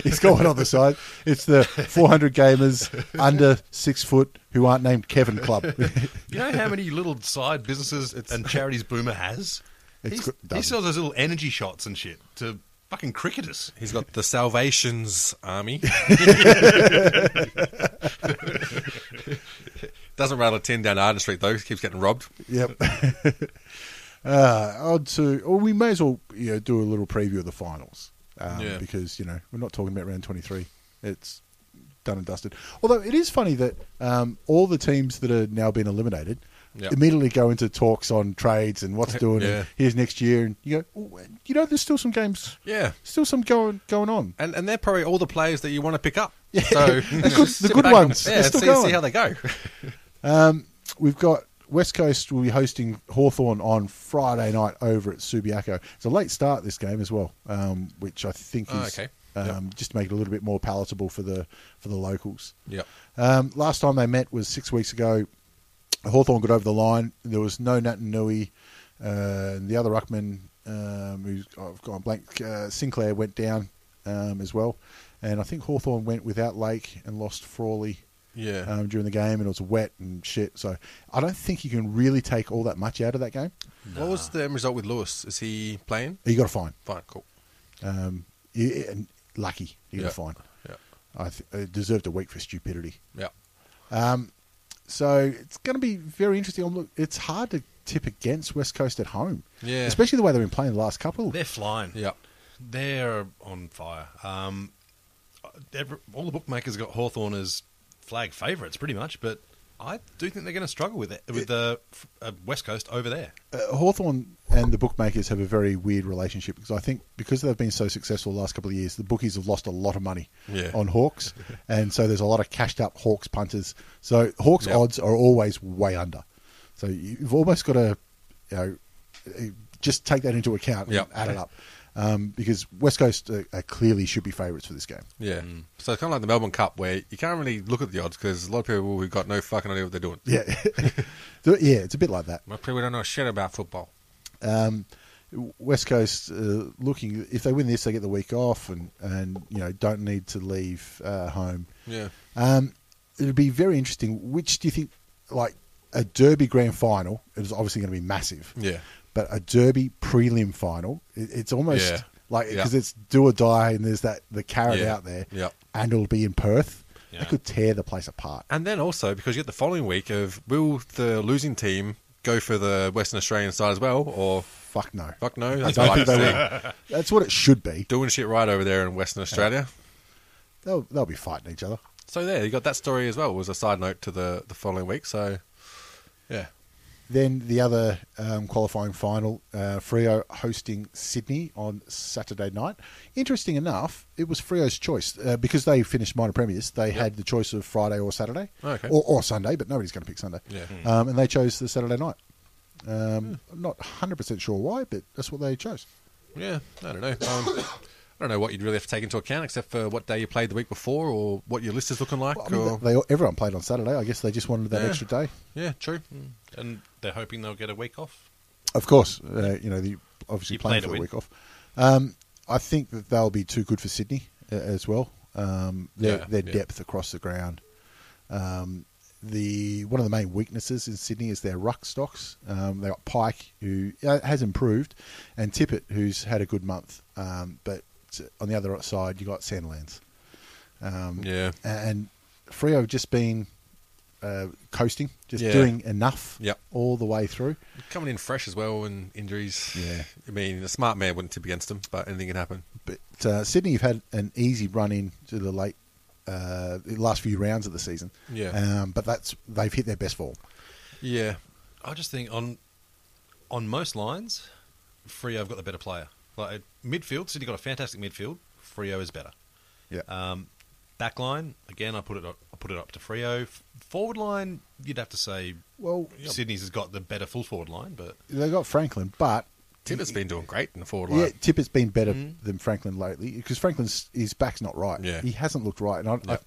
It's going on the side. It's the 400 gamers under six foot who aren't named Kevin Club. You know how many little side businesses and charities Boomer has? It's He's- got- he dozens. sells those little energy shots and shit to fucking cricketers. He's got the Salvation's Army. Doesn't rattle a tin down Arden Street though. Keeps getting robbed. yep. Uh, on to, or we may as well you know, do a little preview of the finals um, Yeah. because you know we're not talking about round 23. It's done and dusted. Although it is funny that um, all the teams that are now been eliminated Yeah. immediately go into talks on trades and what's doing. Yeah. And here's next year, and you go, "Oh, you know, there's still some games, Yeah, still some going going on. and and they're probably all the players that you want to pick up. So the good- the good ones. yeah, They're and still see, going. see how they go. We've got West Coast will be hosting Hawthorn on Friday night over at Subiaco. It's a late start this game as well, um, which I think is Oh, okay. um, just to make it a little bit more palatable for the for the locals. yep. Um, last time they met was six weeks ago. Hawthorn got over the line. There was no Nat Nui. Uh, and the other Ruckman, um, who's I've gone blank, uh, Sinclair went down um, as well. And I think Hawthorn went without Lake and lost Frawley Yeah. um, during the game. And it was wet and shit. So I don't think you can really take all that much out of that game. What was the end result with Lewis? Is he playing? He got a fine. Fine. Cool. Um, he- and lucky he got Yeah. a fine. Yeah. I th- it deserved a week for stupidity. Yeah. So it's going to be very interesting. Oh, Look, it's hard to tip against West Coast at home, Yeah. especially the way they've been playing the last couple. They're flying. Yeah. They're on fire. Um, every, all the bookmakers got Hawthorn as flag favourites, pretty much, but I do think they're going to struggle with it with the uh, West Coast over there. uh, Hawthorne and the bookmakers have a very weird relationship because I think because they've been so successful the last couple of years, the bookies have lost a lot of money Yeah. on Hawks, and so there's a lot of cashed up Hawks punters. So Hawks Yeah. odds are always way under. So you've almost got to, you know, just take that into account and Yeah. add it up. Um, because West Coast are, are clearly should be favourites for this game. Yeah. So it's kind of like the Melbourne Cup where you can't really look at the odds because a lot of people who've got no fucking idea what they're doing. Yeah, So, yeah, it's a bit like that. Most people don't know shit about football. West Coast uh, looking if they win this, they get the week off and and you know don't need to leave uh, home. Yeah. Um, it'll be very interesting. Which do you think? Like a Derby Grand Final is obviously going to be massive. Yeah. But a Derby prelim final, it, it's almost Yeah. like Yeah. because it's do or die, and there's that the carrot Yeah. out there, Yeah. and it'll be in Perth. Yeah. They could tear the place apart. And then also because you get the following week of will the losing team go for the Western Australian side as well or Fuck no. fuck no? I That's don't what think I they see. will. That's what it should be. Doing shit right over there in Western Australia. They'll they'll be fighting each other. So there, you got that story as well. Was a side note to the the following week. So yeah, Then the other um, qualifying final, uh, Frio hosting Sydney on Saturday night. Interesting enough, it was Frio's choice uh, because they finished minor premiers. They had the choice of Friday or Saturday, Okay. or, or Sunday, but nobody's going to pick Sunday. Yeah. Hmm. Um, and they chose the Saturday night. Um, I'm not 100% sure why, but that's what they chose. yeah. I don't know. Um, I don't know what you'd really have to take into account, except for what day you played the week before, or what your list is looking like. Well, I mean, or, they, all- everyone played on Saturday. I guess they just wanted that Yeah. extra day. yeah, true. Mm. And they're hoping they'll get a week off. Of course, uh, you know, the, obviously You playing for play to the win. week off. Um, I think that they'll be too good for Sydney uh, as well. Um, their Yeah, their yeah. depth across the ground. Um, the one of the main weaknesses in Sydney is their ruck stocks. Um, they got Pike, who uh, has improved, and Tippett, who's had a good month. Um, but on the other side, you got Sandlands, Yeah, Um, and Frio have just been uh, coasting, just Yeah. doing enough Yep. all the way through. coming in fresh as well, and injuries. Yeah. I mean, a smart man wouldn't tip against them, but anything can happen. but uh, Sydney have had an easy run in to the late uh, the last few rounds of the season. Yeah. Um, but that's they've hit their best form. Yeah, I just think on on most lines, Frio have got the better player. Like midfield, City got a fantastic midfield. Frio is better. Yeah. Um, back line, again, I put it up, I put it up to Frio. F- Forward line, you'd have to say well, Sydney's has got the better full forward line, but they got Franklin, but Tippett's been doing great in the forward yeah, line. Tippett's been better than Franklin lately because Franklin's his back's not right. Mm-hmm. Yeah. He hasn't looked right, and I, I Yeah.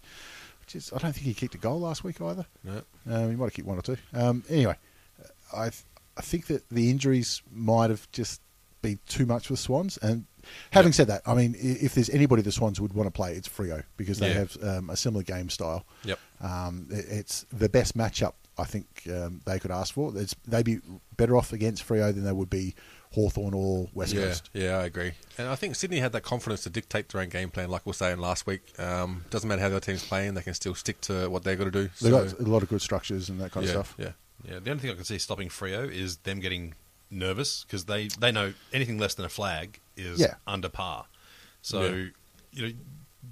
just I don't think he kicked a goal last week either. No. Um, he might have kicked one or two. Um, anyway, uh, I th- I think that the injuries might have just been too much for Swans. And having said that, I mean, i- if there's anybody the Swans would want to play, it's Frio because they Yeah. have um, a similar game style. Yep. Um, it- it's the best matchup I think um, they could ask for. It's, they'd be better off against Frio than they would be Hawthorn or West Yeah, Coast. yeah, I agree. And I think Sydney had that confidence to dictate their own game plan, like we were saying last week. Um, doesn't matter how their team's playing, they can still stick to what they're going to do. They've So, got a lot of good structures and that kind yeah, of stuff. Yeah, yeah, the only thing I can see stopping Frio is them getting nervous because they they know anything less than a flag is Yeah. under par. So Yeah. you know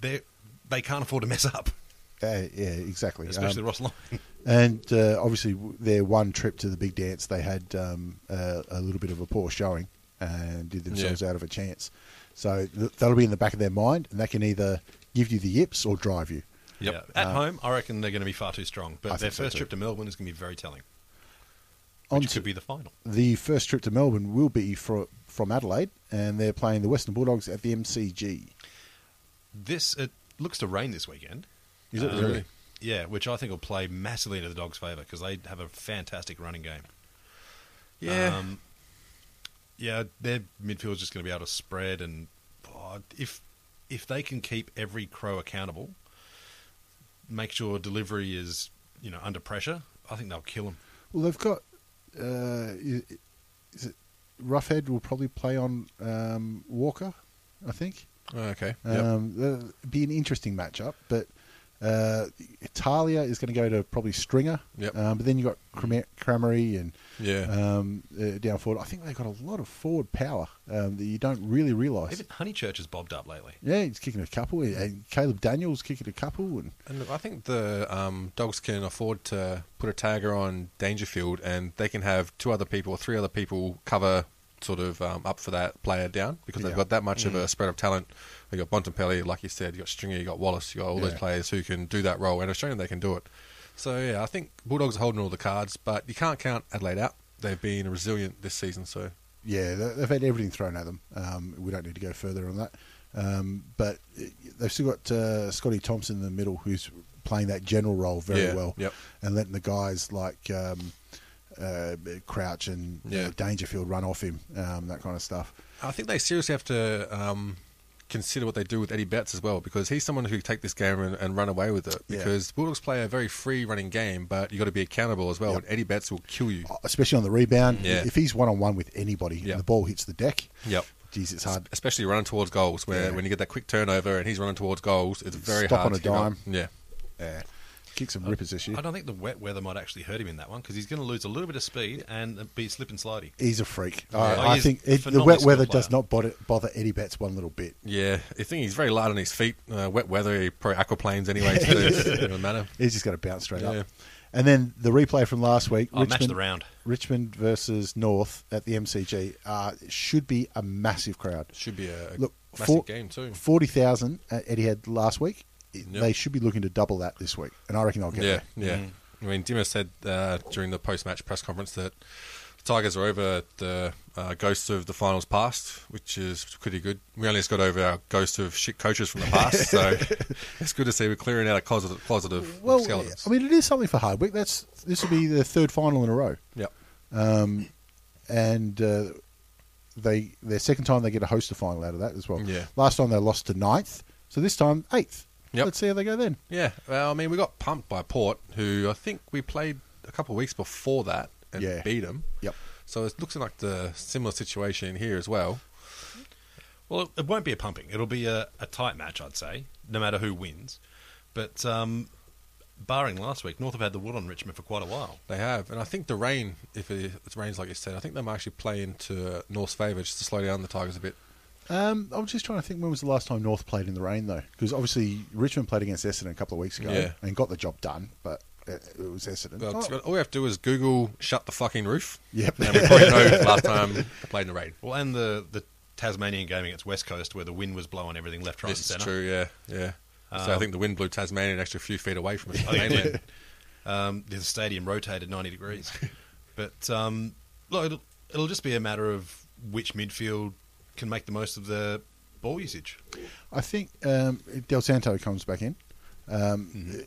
they they can't afford to mess up, Uh, yeah, exactly. especially Um, the Ross line. And uh, obviously, w- their one trip to the big dance, they had um, a, a little bit of a poor showing and did themselves out of a chance. So th- that'll be in the back of their mind, and that can either give you the yips or drive you. Yep. At home, I reckon they're going to be far too strong. But Uh, I their think so first too. trip to Melbourne is going to be very telling. On Which to- could be the final. the first trip to Melbourne will be for, from Adelaide, and they're playing the Western Bulldogs at the MCG. This it looks to rain this weekend. Is it Um, really? Yeah, which I think will play massively into the Dogs' favour because they have a fantastic running game. yeah. Um, yeah, their midfield's just going to be able to spread, and oh, if if they can keep every crow accountable, make sure delivery is you know under pressure. I think they'll kill them. Well, they've got. Uh, is, is it Roughhead will probably play on um, Walker, I think. Oh, Okay. Um, uh, Be an interesting matchup, but uh, Italia is going to go to probably Stringer. Yep. Um, but then you have got Cram- Cramery and Yeah. um, uh, down forward. I think they've got a lot of forward power um, that you don't really realise. Even Honeychurch has bobbed up lately. Yeah, he's kicking a couple, and Caleb Daniels kicking a couple, and And look, I think the um, dogs can afford to put a tagger on Dangerfield, and they can have two other people or three other people cover sort of um, up for that player down because Yeah. Mm. they've got that much of a spread of talent. You got Bontempelli, like you said, you got Stringer, you got Wallace, you got all Yeah. those players who can do that role, and have shown they can do it. So yeah, I think Bulldogs are holding all the cards, but you can't count Adelaide out. They've been resilient this season, so yeah, they- they've had everything thrown at them. Um, we don't need to go further on that. Um, but uh, they've still got uh, Scotty Thompson in the middle, who's playing that general role very Yeah, well, yep. and letting the guys like um, uh, Crouch and uh, Yeah. Dangerfield run off him, um, that kind of stuff. I think they seriously have to um, consider what they do with Eddie Betts as well, because he's someone who can take this game and, and run away with it. Yeah. Because Bulldogs play a very free running game, but you got to be accountable as well. Yep. And Eddie Betts will kill you. Especially on the rebound, Yeah. if he's one on one with anybody, Yeah. and the ball hits the deck. Yep. Geez, it's hard. Especially running towards goals, where Yeah. when you get that quick turnover and he's running towards goals, it's very Stop hard on a to pick up. dime. Yeah, Uh, kick some rippers this year. I don't think the wet weather might actually hurt him in that one because he's going to lose a little bit of speed and be slip and slidey. He's a freak. Oh, I, I he's think a it, the phenomenal wet weather skill player. does not bother, bother Eddie Betts one little bit. yeah. The thing he's very light on his feet. Uh, wet weather, he probably aquaplanes anyway. So it doesn't matter. He's just going to bounce straight Yeah. up. And then the replay from last week, Oh, match Richmond, the round. Richmond versus North at the MCG, uh, should be a massive crowd. Should be a Look, massive game too. forty thousand at Eddie had last week. It- Yep. They should be looking to double that this week, and I reckon they'll get yeah, there. yeah. I mean, Dimmer said uh, during the post-match press conference that the Tigers are over the uh, ghosts of the finals past, which is pretty good. We only just got over our ghost of shit coaches from the past, so it's good to see we're clearing out a closet, closet of Well, skeletons. I mean, it is something for Hardwick. That's this will be the third final in a row. yeah, and uh, they their second time they get a host of final out of that as well. Yeah. Last time they lost to ninth, so this time eighth. Yep. Let's see how they go then. yeah. Well, I mean, we got pumped by Port, who I think we played a couple of weeks before that and Yeah. beat them. Yep. So it looks like the similar situation here as well. Well, it, it won't be a pumping. It'll be a, a tight match, I'd say, no matter who wins. But um, barring last week, North have had the wood on Richmond for quite a while. They have, and I think the rain, if it, it rains like you said, I think they might actually play into North's favour just to slow down the Tigers a bit. Um, I was just trying to think when was the last time North played in the rain though, because obviously Richmond played against Essendon a couple of weeks ago Yeah. and got the job done, but it, it was Essendon. Well, it's- Oh, All we have to do is Google "shut the fucking roof." Yep. and we probably know last time played in the rain. Well, and the, the Tasmanian game against West Coast, where the wind was blowing everything left, right, This and is centre. true. Yeah, yeah. so I think the wind blew Tasmania an extra few feet away from its I think it mainland. did. um, the stadium rotated 90 degrees. but um, look, it'll, it'll just be a matter of which midfield can make the most of the ball usage. I think um, Del Santo comes back in. Um, Mm-hmm.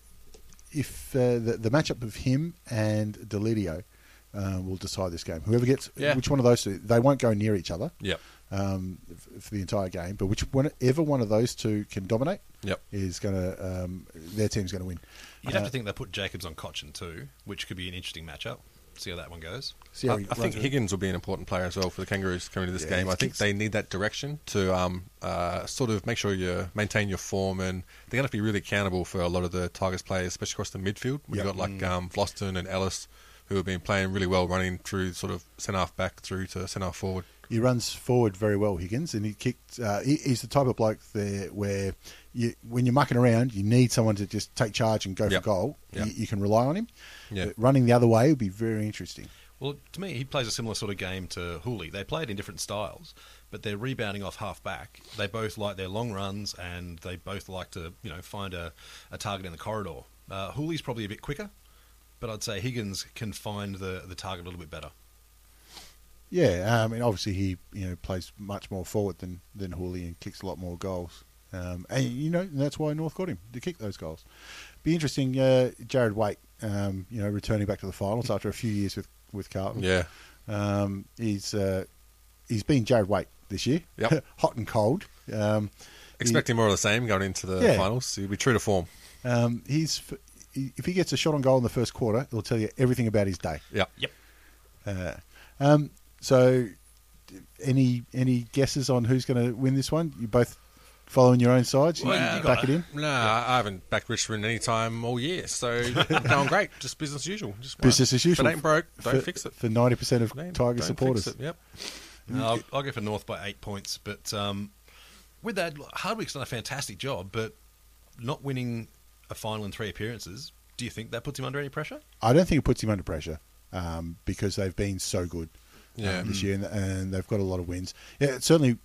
If uh, the, the matchup of him and Delidio uh, will decide this game, whoever gets Yeah. which one of those two, they won't go near each other. Yep. um, f- for the entire game. But which whenever one of those two can dominate, Yep. is going to um, their team's going to win. You'd have to think they put Jacobs on Cochin too, which could be an interesting matchup. See how that one goes. See I, how I he runs think it. Higgins will be an important player as well for the Kangaroos coming to this Yeah, game. he's I think kicks- they need that direction to um, uh, sort of make sure you maintain your form, and they're going to have to be really accountable for a lot of the Tigers players, especially across the midfield. We've Yep. got like um, Floston and Ellis, who have been playing really well, running through sort of centre half back through to centre half forward. he runs forward very well, Higgins, and he kicked. Uh, he, he's the type of bloke there where you, when you're mucking around, you need someone to just take charge and go Yep. for goal. Yep. You, you can rely on him. Yep. But running the other way would be very interesting. Well, to me, he plays a similar sort of game to Hooley. They play it in different styles, but they're rebounding off half back. They both like their long runs, and they both like to, you know, find a, a target in the corridor. Uh, Hooley's probably a bit quicker, but I'd say Higgins can find the, the target a little bit better. Yeah, I mean, obviously he you know plays much more forward than than Hooley and kicks a lot more goals. Um, and you know that's why North got him to kick those goals. Be interesting, uh, Jared Waite. Um, you know, returning back to the finals after a few years with with Carlton. Yeah. um, he's uh, he's been Jared Waite this year. Yep. hot and cold. Um, Expecting more of the same going into the Yeah. finals. He'll be true to form. um, he's if he gets a shot on goal in the first quarter, it'll tell you everything about his day. Yeah. Yep. Uh, um, so, d- any any guesses on who's going to win this one? You both following your own sides? You Well, back it in. No, I I haven't backed Richmond any time all year, so going great. Just business as usual. Just Business as usual. If it ain't broke, don't for, fix it. For ninety percent of Don't- don't Tiger fix supporters, it, Yep. No, I'll, I'll go for North by eight points. But um, with that, Hardwick's done a fantastic job, but not winning a final in three appearances. Do you think that puts him under any pressure? I don't think it puts him under pressure um, because they've been so good um, Yeah. this year, and, and they've got a lot of wins. Yeah, it certainly,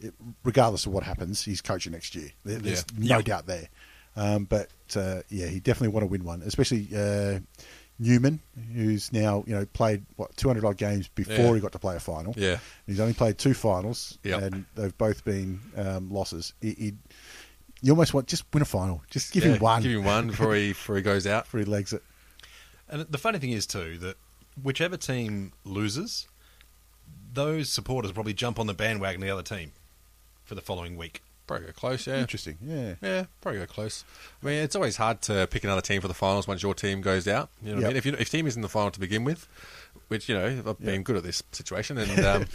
it- regardless of what happens, he's coaching next year. There- There's no doubt there. Um, but uh, yeah, he definitely want to win one, especially uh, Newman, who's now you know played what 200 odd games before Yeah. he got to play a final. Yeah. he's only played two finals, Yep. and they've both been um, losses. He, he, you almost want just win a final, just give Yeah, him one Give him one before he before he goes out. before he legs it. And the funny thing is too that whichever team loses, those supporters probably jump on the bandwagon of the other team for the following week. Probably go close. Yeah. Interesting, yeah. Yeah, probably go close. I mean, it's always hard to pick another team for the finals once your team goes out. You know, what Yep. I mean? if you, if team is in the final to begin with, which you know I've been good at this situation, and um,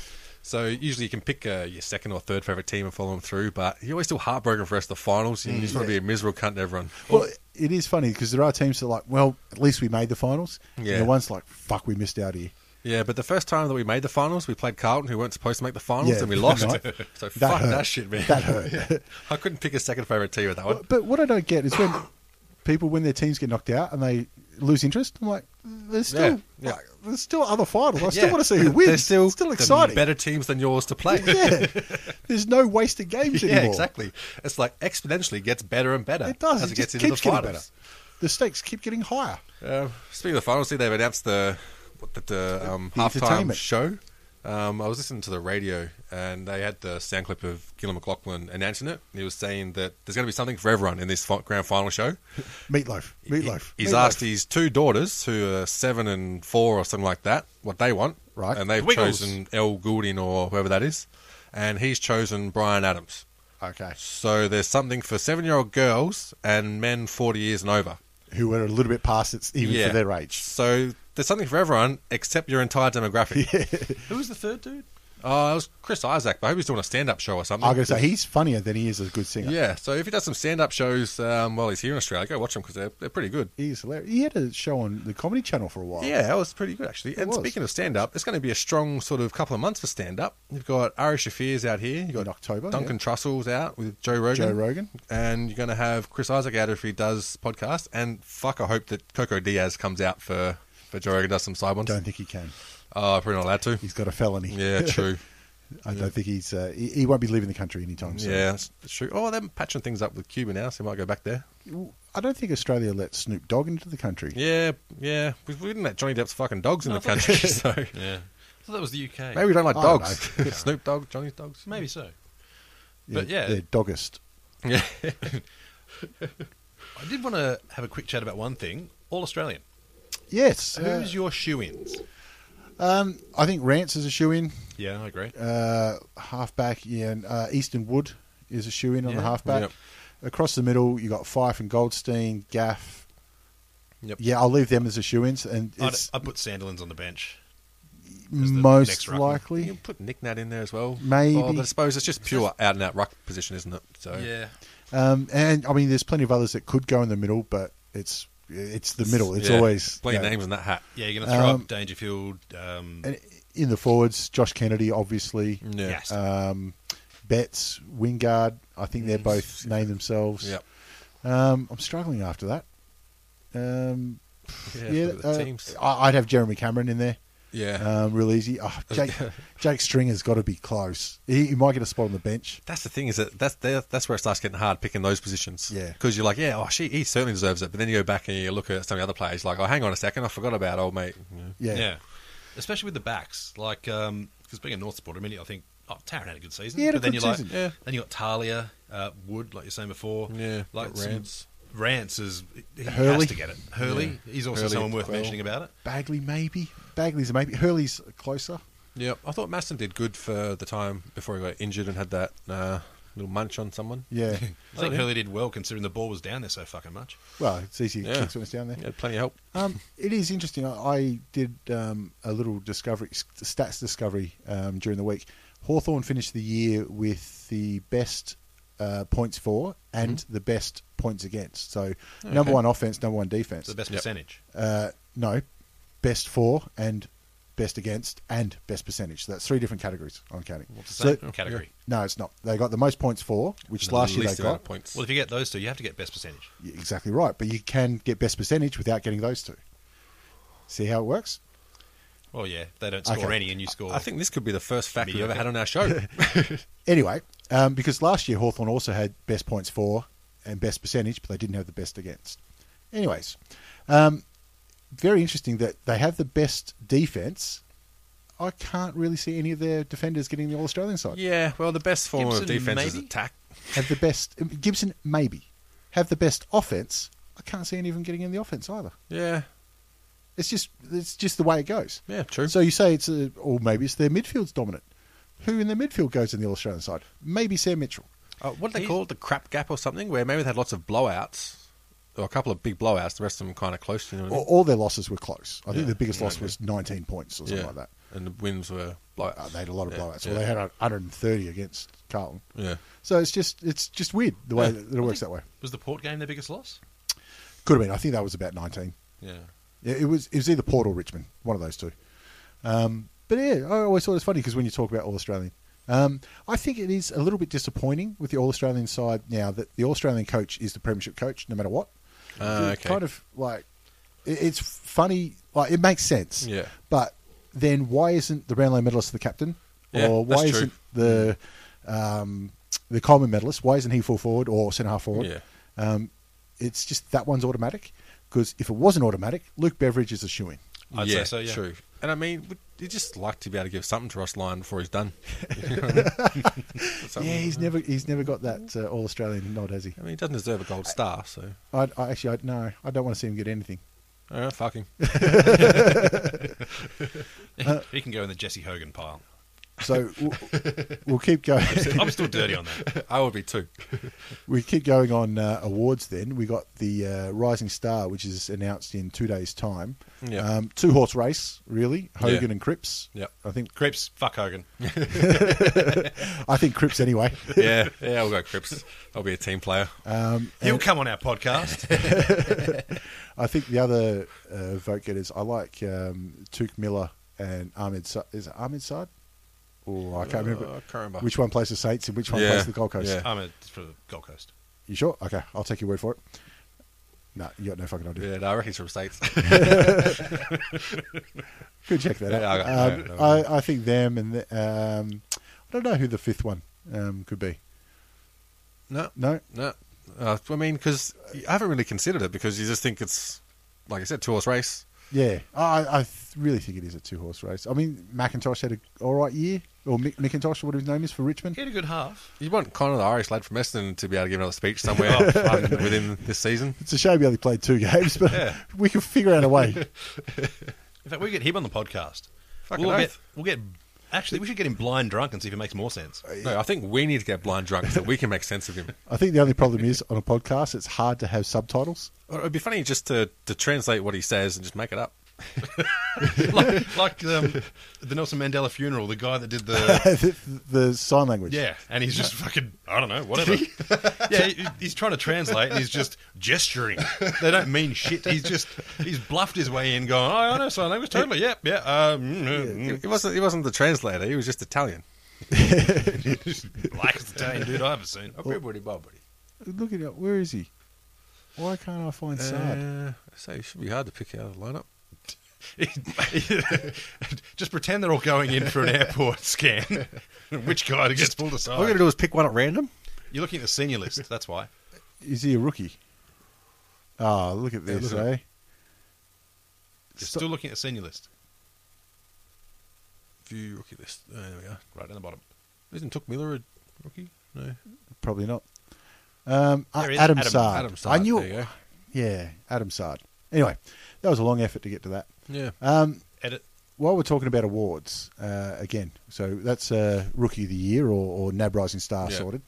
so usually you can pick uh, your second or third favorite team and follow them through. But you're always still heartbroken for the rest of the finals. Mm, You just want to be a miserable cunt to everyone. Well, it is funny because there are teams that are like, well, at least we made the finals. Yeah. And the one's like, fuck, we missed out here. Yeah, but the first time that we made the finals, we played Carlton, who weren't supposed to make the finals, Yeah, and we lost. right. So That fuck hurt. that shit, man. That hurt. Yeah. I couldn't pick a second favorite team with that one. But, but what I don't get is when people, when their teams get knocked out and they lose interest, I'm like, there's still, Yeah, yeah. like, there's still other finals. I still Yeah. want to see who wins. They're still, It's still the exciting. Better teams than yours to play. yeah. There's no wasted games Yeah, anymore. exactly. It's like exponentially gets better and better. It does. It, as it, just gets into the keeps getting better. finals. The stakes keep getting higher. Um, speaking of the finals, see they've announced the what the, the, um, The halftime entertainment. show. Um, I was listening to the radio and they had the sound clip of Gillan McLaughlin announcing it. He was saying that there's going to be something for everyone in this fi- grand final show. Meatloaf. Meatloaf. He's Meatloaf. asked his two daughters, who are seven and four or something like that, what they want. Right. And they've The Wiggles. chosen El Goulding or whoever that is. And he's chosen Brian Adams. Okay. So there's something for seven year old girls and men 40 years and over. Who are a little bit past it, even for their age. So there's something for everyone except your entire demographic. Who was the third dude? Oh, it was Chris Isaac, but I hope he's doing a stand up show or something. I'm going to say he's funnier than he is a good singer. Yeah, so if he does some stand up shows um, while he's here in Australia, go watch them because they're, they're pretty good. He's hilarious. He had a show on the Comedy Channel for a while. Yeah, that was pretty good actually. And was. speaking of stand up, it's going to be a strong sort of couple of months for stand up. You've got Ari Shafir's out here. You've got In October, Duncan Trussell's out with Joe Rogan. Joe Rogan. And you're going to have Chris Isaac out if he does podcast. And fuck, I hope that Coco Diaz comes out for, for Joe Rogan, does some side ones. Don't think he can. Oh, probably not allowed to. He's got a felony. Yeah, true. I don't think he's. Uh, he, he won't be leaving the country anytime soon. yeah, that's that's true. Oh, they're patching things up with Cuba now, so he might go back there. I don't think Australia let Snoop Dogg into the country. Yeah, yeah. We, we didn't let Johnny Depp's fucking dogs in the country, so Yeah, I thought that was the UK. maybe we don't like I don't dogs. Snoop Dogg, Johnny's dogs. Maybe so. But yeah. they're doggest. Yeah. I did want to have a quick chat about one thing. All Australian. Yes. uh, Who's your shoe-ins? um, I think Rance is a shoe in. Yeah, I agree. Uh, halfback, yeah. And, uh, Easton Wood is a shoe in on the Yeah. halfback. Yep. Across the middle, you got Fife and Goldstein, Gaff. Yep. Yeah, I'll leave them as a shoe ins, and I'd, it's I'd put Sandilands on the bench. the next most ruckman. likely. You can put Nick Nat in there as well. Maybe. Oh, but I suppose it's just pure out and out ruck position, isn't it? So Um, and I mean, there's plenty of others that could go in the middle, but it's it's the middle. It's Yeah. always plenty you know, names in that hat. yeah, you're going to throw Um, up Dangerfield. Um, and in the forwards. Josh Kennedy, obviously. Yeah. uh, yes. Um, Betts, Wingard. I think they're both named themselves. Mm. Yep. Um, I'm struggling after that. Um, yeah, look at the uh, teams. I- I'd have Jeremy Cameron in there. Yeah. Um, real easy. Oh, Jake, Jake Stringer's got to be close. He, he might get a spot on the bench. that's the thing is that that's there- that's where it starts getting hard picking those positions. Yeah. because you're like, yeah, oh, she he certainly deserves it. But then you go back and you look at some of the other players, like, oh, hang on a second, I forgot about old mate. You know. Yeah. yeah. especially with the backs. Like, because being a North supporter, I mean, I think oh, Taron had a good season. He had a but then good you're season. Like, Yeah. Then you got Talia uh, Wood, like you were saying before. Yeah, like got some- Rance. Rance is he Hurley. has to get it. Hurley, he's also Hurley, someone worth Quayle. mentioning about it. Bagley, maybe. Bagley's a maybe. Hurley's closer. Yeah, I thought Masson did good for the time before he got injured and had that uh, little munch on someone. Yeah. Oh, I think Hurley did well considering the ball was down there so fucking much. well, it's easy to Yeah. kick when it's down there. He had plenty of help. Um, it is interesting. I, I did um, a little discovery, st- stats discovery um, during the week. Hawthorn finished the year with the best uh, points for and Mm-hmm. the best points against. So number one offense, number one defense. the best Yep. percentage. Uh, no, best for and best against and best percentage. So that's three different categories I'm counting. What's the So- same category? no, it's not. They got the most points for, which last year they Least amount of got. points. Well, if you get those two, you have to get best percentage. Yeah, Exactly right. But you can get best percentage without getting those two. See how it works? Well, yeah, they don't score Okay. any, and you score. I think this could be the first fact we've Mediocre. ever had on our show. Anyway, um, because last year Hawthorn also had best points for and best percentage, but they didn't have the best against. Anyways, um, very interesting that they have the best defense. I can't really see any of their defenders getting the All Australian side. yeah, well, the best form of Gibson, defense is maybe? attack. Have the best um, Gibson, maybe. Have the best offense. I can't see any of them getting in the offense either. Yeah, It's just it's just the way it goes. yeah, true. So you say it's a, or maybe it's their midfield's dominant. Who in their midfield goes in the All Australian side? Maybe Sam Mitchell. Uh, what do they call it? The crap gap or something, where maybe they had lots of blowouts or a couple of big blowouts. The rest of them kind of close. You know what I All, mean? all their losses were close. I think Yeah, the biggest yeah, loss okay. was 19 points or something yeah. like that. And the wins were Oh. Uh, blowouts. they had a lot of Yeah, blowouts. yeah. Well, they had 130 against Carlton. yeah. So it's just it's just weird the way that it works that way. was the Port game their biggest loss? Could have been. I think that was about 19. Yeah, Yeah, it was it was either Port or Richmond, one of those two. Um, but yeah, I always thought it was funny because when you talk about All Australian, um, I think it is a little bit disappointing with the All Australian side now that the All Australian coach is the Premiership coach, no matter what. Ah, It's okay. Kind of like it, it's funny. Like it makes sense. Yeah. But then why isn't the Brownlow medalist the captain, Yeah, or why that's true. isn't the um, the Coleman medalist? Why isn't he full forward or centre half forward? Yeah. Um, it's just that one's automatic. Because if it wasn't automatic, Luke Beveridge is a shoe in. I'd say yeah, so. Yeah, true. And I mean, would you just like to be able to give something to Ross Lyon before he's done. Yeah, he's never he's never got that uh, All Australian nod, has he? I mean, he doesn't deserve a gold star, so I, I actually I, no, I don't want to see him get anything. uh, fuck him. Uh, he can go in the Jesse Hogan pile. So w- w- we'll keep going. I'm still dirty on that. I would be too. We keep going on uh, awards. Then we got the uh, Rising Star, which is announced in two days' time. Yeah. Um, two horse race, really. Hogan Yeah. and Cripps. Yeah. I think Creeps, fuck Hogan. I think Cripps anyway. Yeah, yeah, we'll go Crips. I'll be a team player. He'll come on our podcast. I think the other uh, vote getters. I like um, Took Miller and Ahmed. Sa- is it Ahmed Saad? Or I can't remember. Uh, I can't remember. which one plays the Saints and which one Yeah. plays the Gold Coast. Yeah. I'm a, for the Gold Coast. You sure? Okay, I'll take your word for it. No, you got no fucking idea. Yeah, no, I reckon he's from States. Could check that out. Yeah, I got- um, yeah, no I, I think them and the, um, I don't know who the fifth one um, could be. no, No, no. Uh, I mean, because I haven't really considered it because you just think it's, like I said, two horse race. yeah, I, I th- really think it is a two horse race. I mean, McIntosh had an all right year, or Mick, McIntosh, whatever his name is for Richmond. He had a good half. You want Connor, the Irish lad from Essendon, to be able to give another speech somewhere um, within this season. It's a shame he only played two games, but Yeah. we can figure out a way. In fact, we get him on the podcast. Fucking we'll oath. get, we'll get. Actually, we should get him blind drunk and see if it makes more sense. No, I think we need to get blind drunk so we can make sense of him. I think the only problem is on a podcast, it's hard to have subtitles. Or It'd be funny just to, to translate what he says and just make it up. like like um, the Nelson Mandela funeral, the guy that did the. the, the sign language. Yeah, and he's just fucking, I don't know, whatever. yeah, he- he's trying to translate and he's just gesturing. They don't mean shit. He's just, he's bluffed his way in going, oh, I know sign language, totally, yep, yeah. Um, He mm, he wasn't he wasn't the translator. He was just Italian. mm." blackest Italian dude I've ever seen. Everybody, everybody. Look at it. Where is he? Why can't I find Saad? Uh, so it should be hard to pick out of the lineup. just pretend they're all going in for an airport scan. Which guy gets pulled All we got to aside? do is pick one at random. You're looking at the senior list, that's why. Is he a rookie? Ah, look at this, look at eh? You're still looking at the senior list, View rookie list. Uh, there we go. right down the bottom. Isn't Took Miller a rookie? No. Probably not. Um, uh, There he is, Adam, Adam- Sard. Adam I Sard, knew there you it. go. Yeah, Adam Sard. Anyway, that was a long effort to get to that. Yeah. Um, Edit. while we're talking about awards, uh, again, so that's uh, Rookie of the Year or, or NAB Rising Star Yeah. sorted.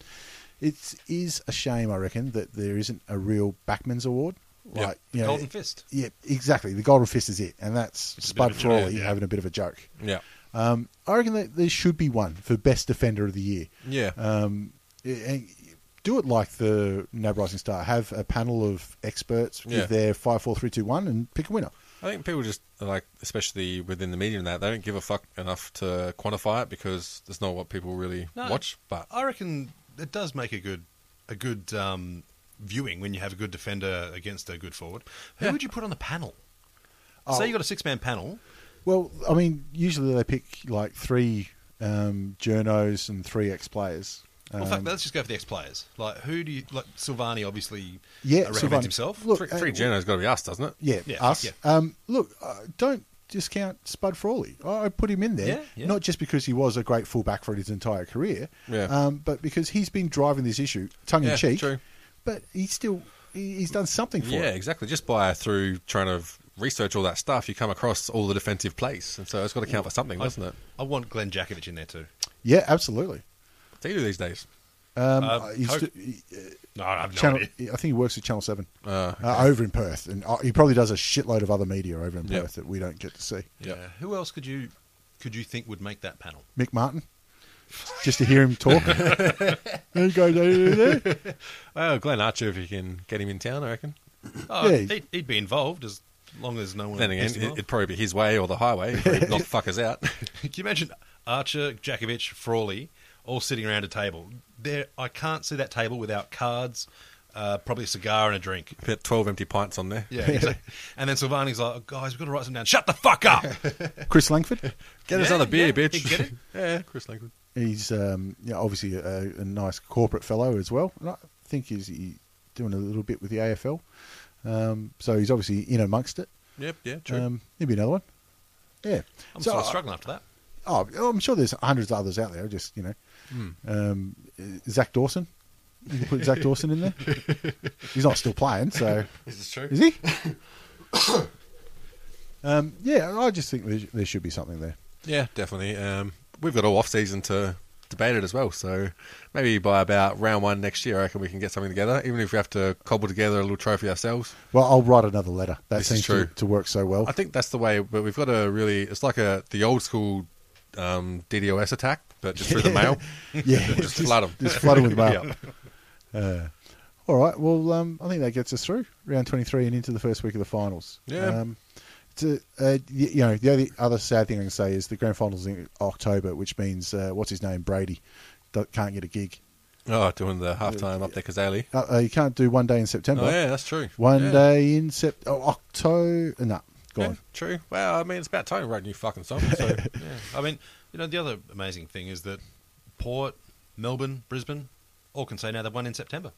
It is a shame, I reckon, that there isn't a real Backman's Award. Yeah. Like, you know, Golden Fist. Yeah, exactly. The Golden Fist is it, and that's a bit Spud of a joke, Frawley yeah. having a bit of a joke. Yeah. Um, Uh, I reckon that there should be one for Best Defender of the Year. Yeah. Um, and do it like the NAB Rising Star. Have a panel of experts Yeah. with their five, four, three, two, one, and pick a winner. I think people just like, especially within the media and that, they don't give a fuck enough to quantify it because that's not what people really No. watch. But I reckon it does make a good a good um, viewing when you have a good defender against a good forward. Who Yeah. Oh. would you put on the panel? Say you got a six man panel. Well, I mean, usually they pick like three um, journos and three ex players. Uh, Well, Um, fuck, let's just go for the ex players. Like, who do you like? Silvani obviously Yeah, recommends Silvani. himself. Look, three, uh, three journos got to be us, doesn't it? Yeah, Yeah, us. yeah. Um, look, uh, don't discount Spud Frawley. I I put him in there, Yeah, yeah. not just because he was a great fullback for his entire career, Yeah. um, but because he's been driving this issue tongue Yeah, in cheek. true. But he's still he- he's done something for Yeah, it. exactly. Just by through trying to research all that stuff, you come across all the defensive plays, and so it's got to count for something, doesn't it? I want Glenn Jakovic in there too. Yeah, absolutely. What do you do these days? Um, Um, uh, he's Coke- st- he- No, I've no Ah, Channel, idea. I think he works at Channel Seven Uh, uh, over in Perth, and uh, he probably does a shitload of other media over in Perth Yep. that we don't get to see. Yeah. Who else could you could you think would make that panel? Mick Martin, just to hear him talk. there you go, there you go, there. Oh, Glenn Archer, if you can get him in town, I reckon. Oh, Yeah. he'd, he'd be involved as long as no one. Then again, pissed him it, off. it'd probably be his way or the highway. He'd knock fuckers out. Can you imagine Archer, Jakovic, Frawley all sitting around a table? There, I can't see that table without cards, uh, probably a cigar and a drink. Put twelve empty pints on there. Yeah, exactly. and then Silvani's like, oh, "Guys, we've got to write some down. Shut the fuck up." Chris Langford. Get us Yeah, another beer, yeah, bitch. you get it? yeah, Chris Langford. He's um, yeah, obviously a, a nice corporate fellow as well. And I think he's he doing a little bit with the AFL. Um, so he's obviously in amongst it. Yep, yeah, true. Um, he'd be another one. Yeah. I'm So sort of I- struggling after that. Oh, I'm sure there's hundreds of others out there. Just you know, Hmm. um, Zach Dawson. You can put Zach Dawson in there. He's not still playing, so is this true? is he? um, yeah, I just think there, there should be something there. Yeah, definitely. Um, we've got all off season to debate it as well. So maybe by about round one next year, I reckon we can get something together. Even if we have to cobble together a little trophy ourselves. Well, I'll write another letter. That This is seems to, true. to work so well. I think that's the way. But we've got to really. It's like a the old school um, DDoS attack, but just through the mail. yeah, Just flood 'em. Just flood 'em with mail. Uh, all right. Well, um, I think that gets us through round 23 and into the first week of the finals. Yeah. Um, to, uh, y- you know, the other, other sad thing I can say is the grand finals in October, which means uh, what's his name, Brady, do- can't get a gig. Oh, doing the halftime up there, Kazali. Uh, uh, you can't do one day in September. Oh yeah, that's true. One Yeah. day in Sep Oh, October. No, go Yeah, on. true. Well, I mean, it's about time we wrote a new fucking song. So Yeah. I mean, you know, the other amazing thing is that Port, Melbourne, Brisbane, all can say now they've won in September.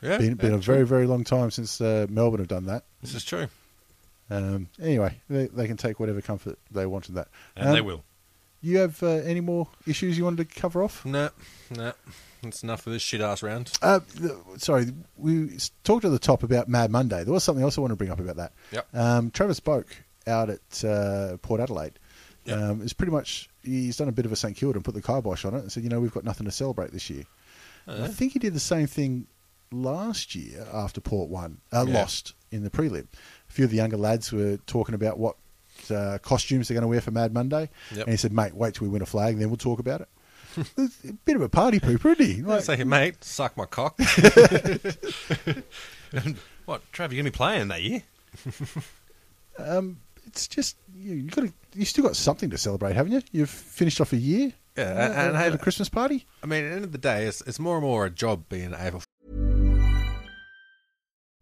yeah, Been, been yeah, a very, very long time since uh, Melbourne have done that. This is true. Um, anyway, they, they can take whatever comfort they want in that. And Um, they will. You have uh, any more issues you wanted to cover off? No, no, that's enough of this shit ass round. Uh, the- sorry, we s- talked at the top about Mad Monday. There was something else I want to bring up about that. Yep. Um, Trevor spoke out at uh, Port Adelaide. Yep. Um, it's pretty much he's done a bit of a St Kilda and put the kibosh on it and said, you know, we've got nothing to celebrate this year. Oh, And I think he did the same thing last year after Port won, uh, Yeah. lost in the prelim. A few of the younger lads were talking about what uh, costumes they're going to wear for Mad Monday, Yep. and he said, mate, wait till we win a flag, then we'll talk about it. It's a bit of a party pooper, isn't he? Like- Say, mate, suck my cock. What, Trav, you going to be playing that year? it's just you, you got you still got something to celebrate, haven't you? You've finished off a year, Yeah, uh, and- and had a have- Christmas party. I mean, at the end of the day, it's, it's more and more a job being able.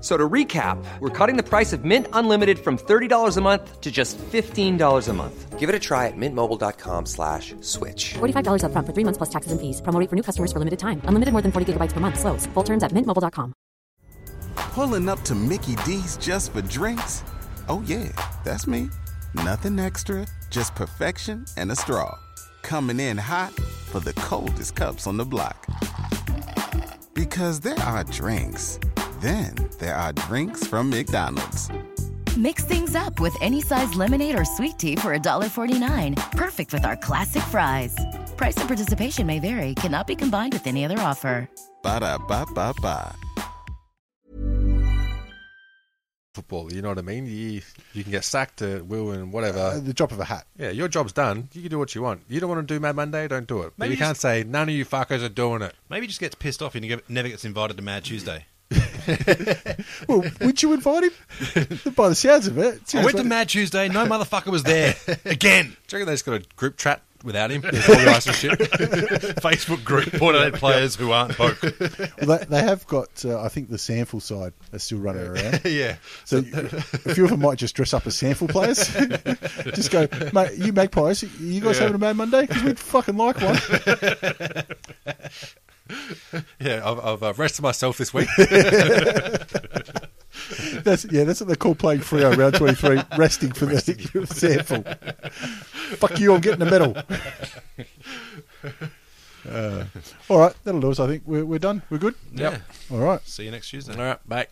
So to recap, we're cutting the price of Mint Unlimited from $30 a month to just $15 a month. Give it a try at mintmobile.com slash switch. $45 upfront for three months plus taxes and fees. Promote for new customers for limited time. Unlimited more than 40 gigabytes per month. Slows. Full terms at mintmobile.com. Pulling up to Mickey D's just for drinks? Oh, yeah, that's me. Nothing extra, just perfection and a straw. Coming in hot for the coldest cups on the block. Because there are drinks, then there are drinks from McDonald's. Mix things up with any size lemonade or sweet tea for $1.49. Perfect with our classic fries. Price and participation may vary, cannot be combined with any other offer. Ba-da-ba-ba-ba. football. You know what I mean? You you can get sacked at will and whatever. Uh, the drop of a hat. yeah, your job's done. You can do what you want. You don't want to do Mad Monday, don't do it. But Maybe you can't just- say none of you fuckers are doing it. Maybe he just gets pissed off and he get- never gets invited to Mad Tuesday. Well, would you invite him? By the sounds of it, I sounds went to like- Mad Tuesday. No motherfucker was there again. Do you reckon they just got a group chat without him? There's no relationship. Facebook group Port Adelaide players who aren't woke. Well, they, they have got, uh, I think, the sample side are still running around. yeah, So a few of them might just dress up as sample players. just go, mate, you magpies, you guys having a Mad Monday? Because we'd fucking like one. yeah, I've, I've uh, rested myself this week. That's yeah, that's what they call playing Frio round twenty three, resting for the sample. Fuck you, I'm getting a medal. Uh, all right, that'll do us. I think we're we're done. We're good. Yep. All right. See you next Tuesday. All right, bye.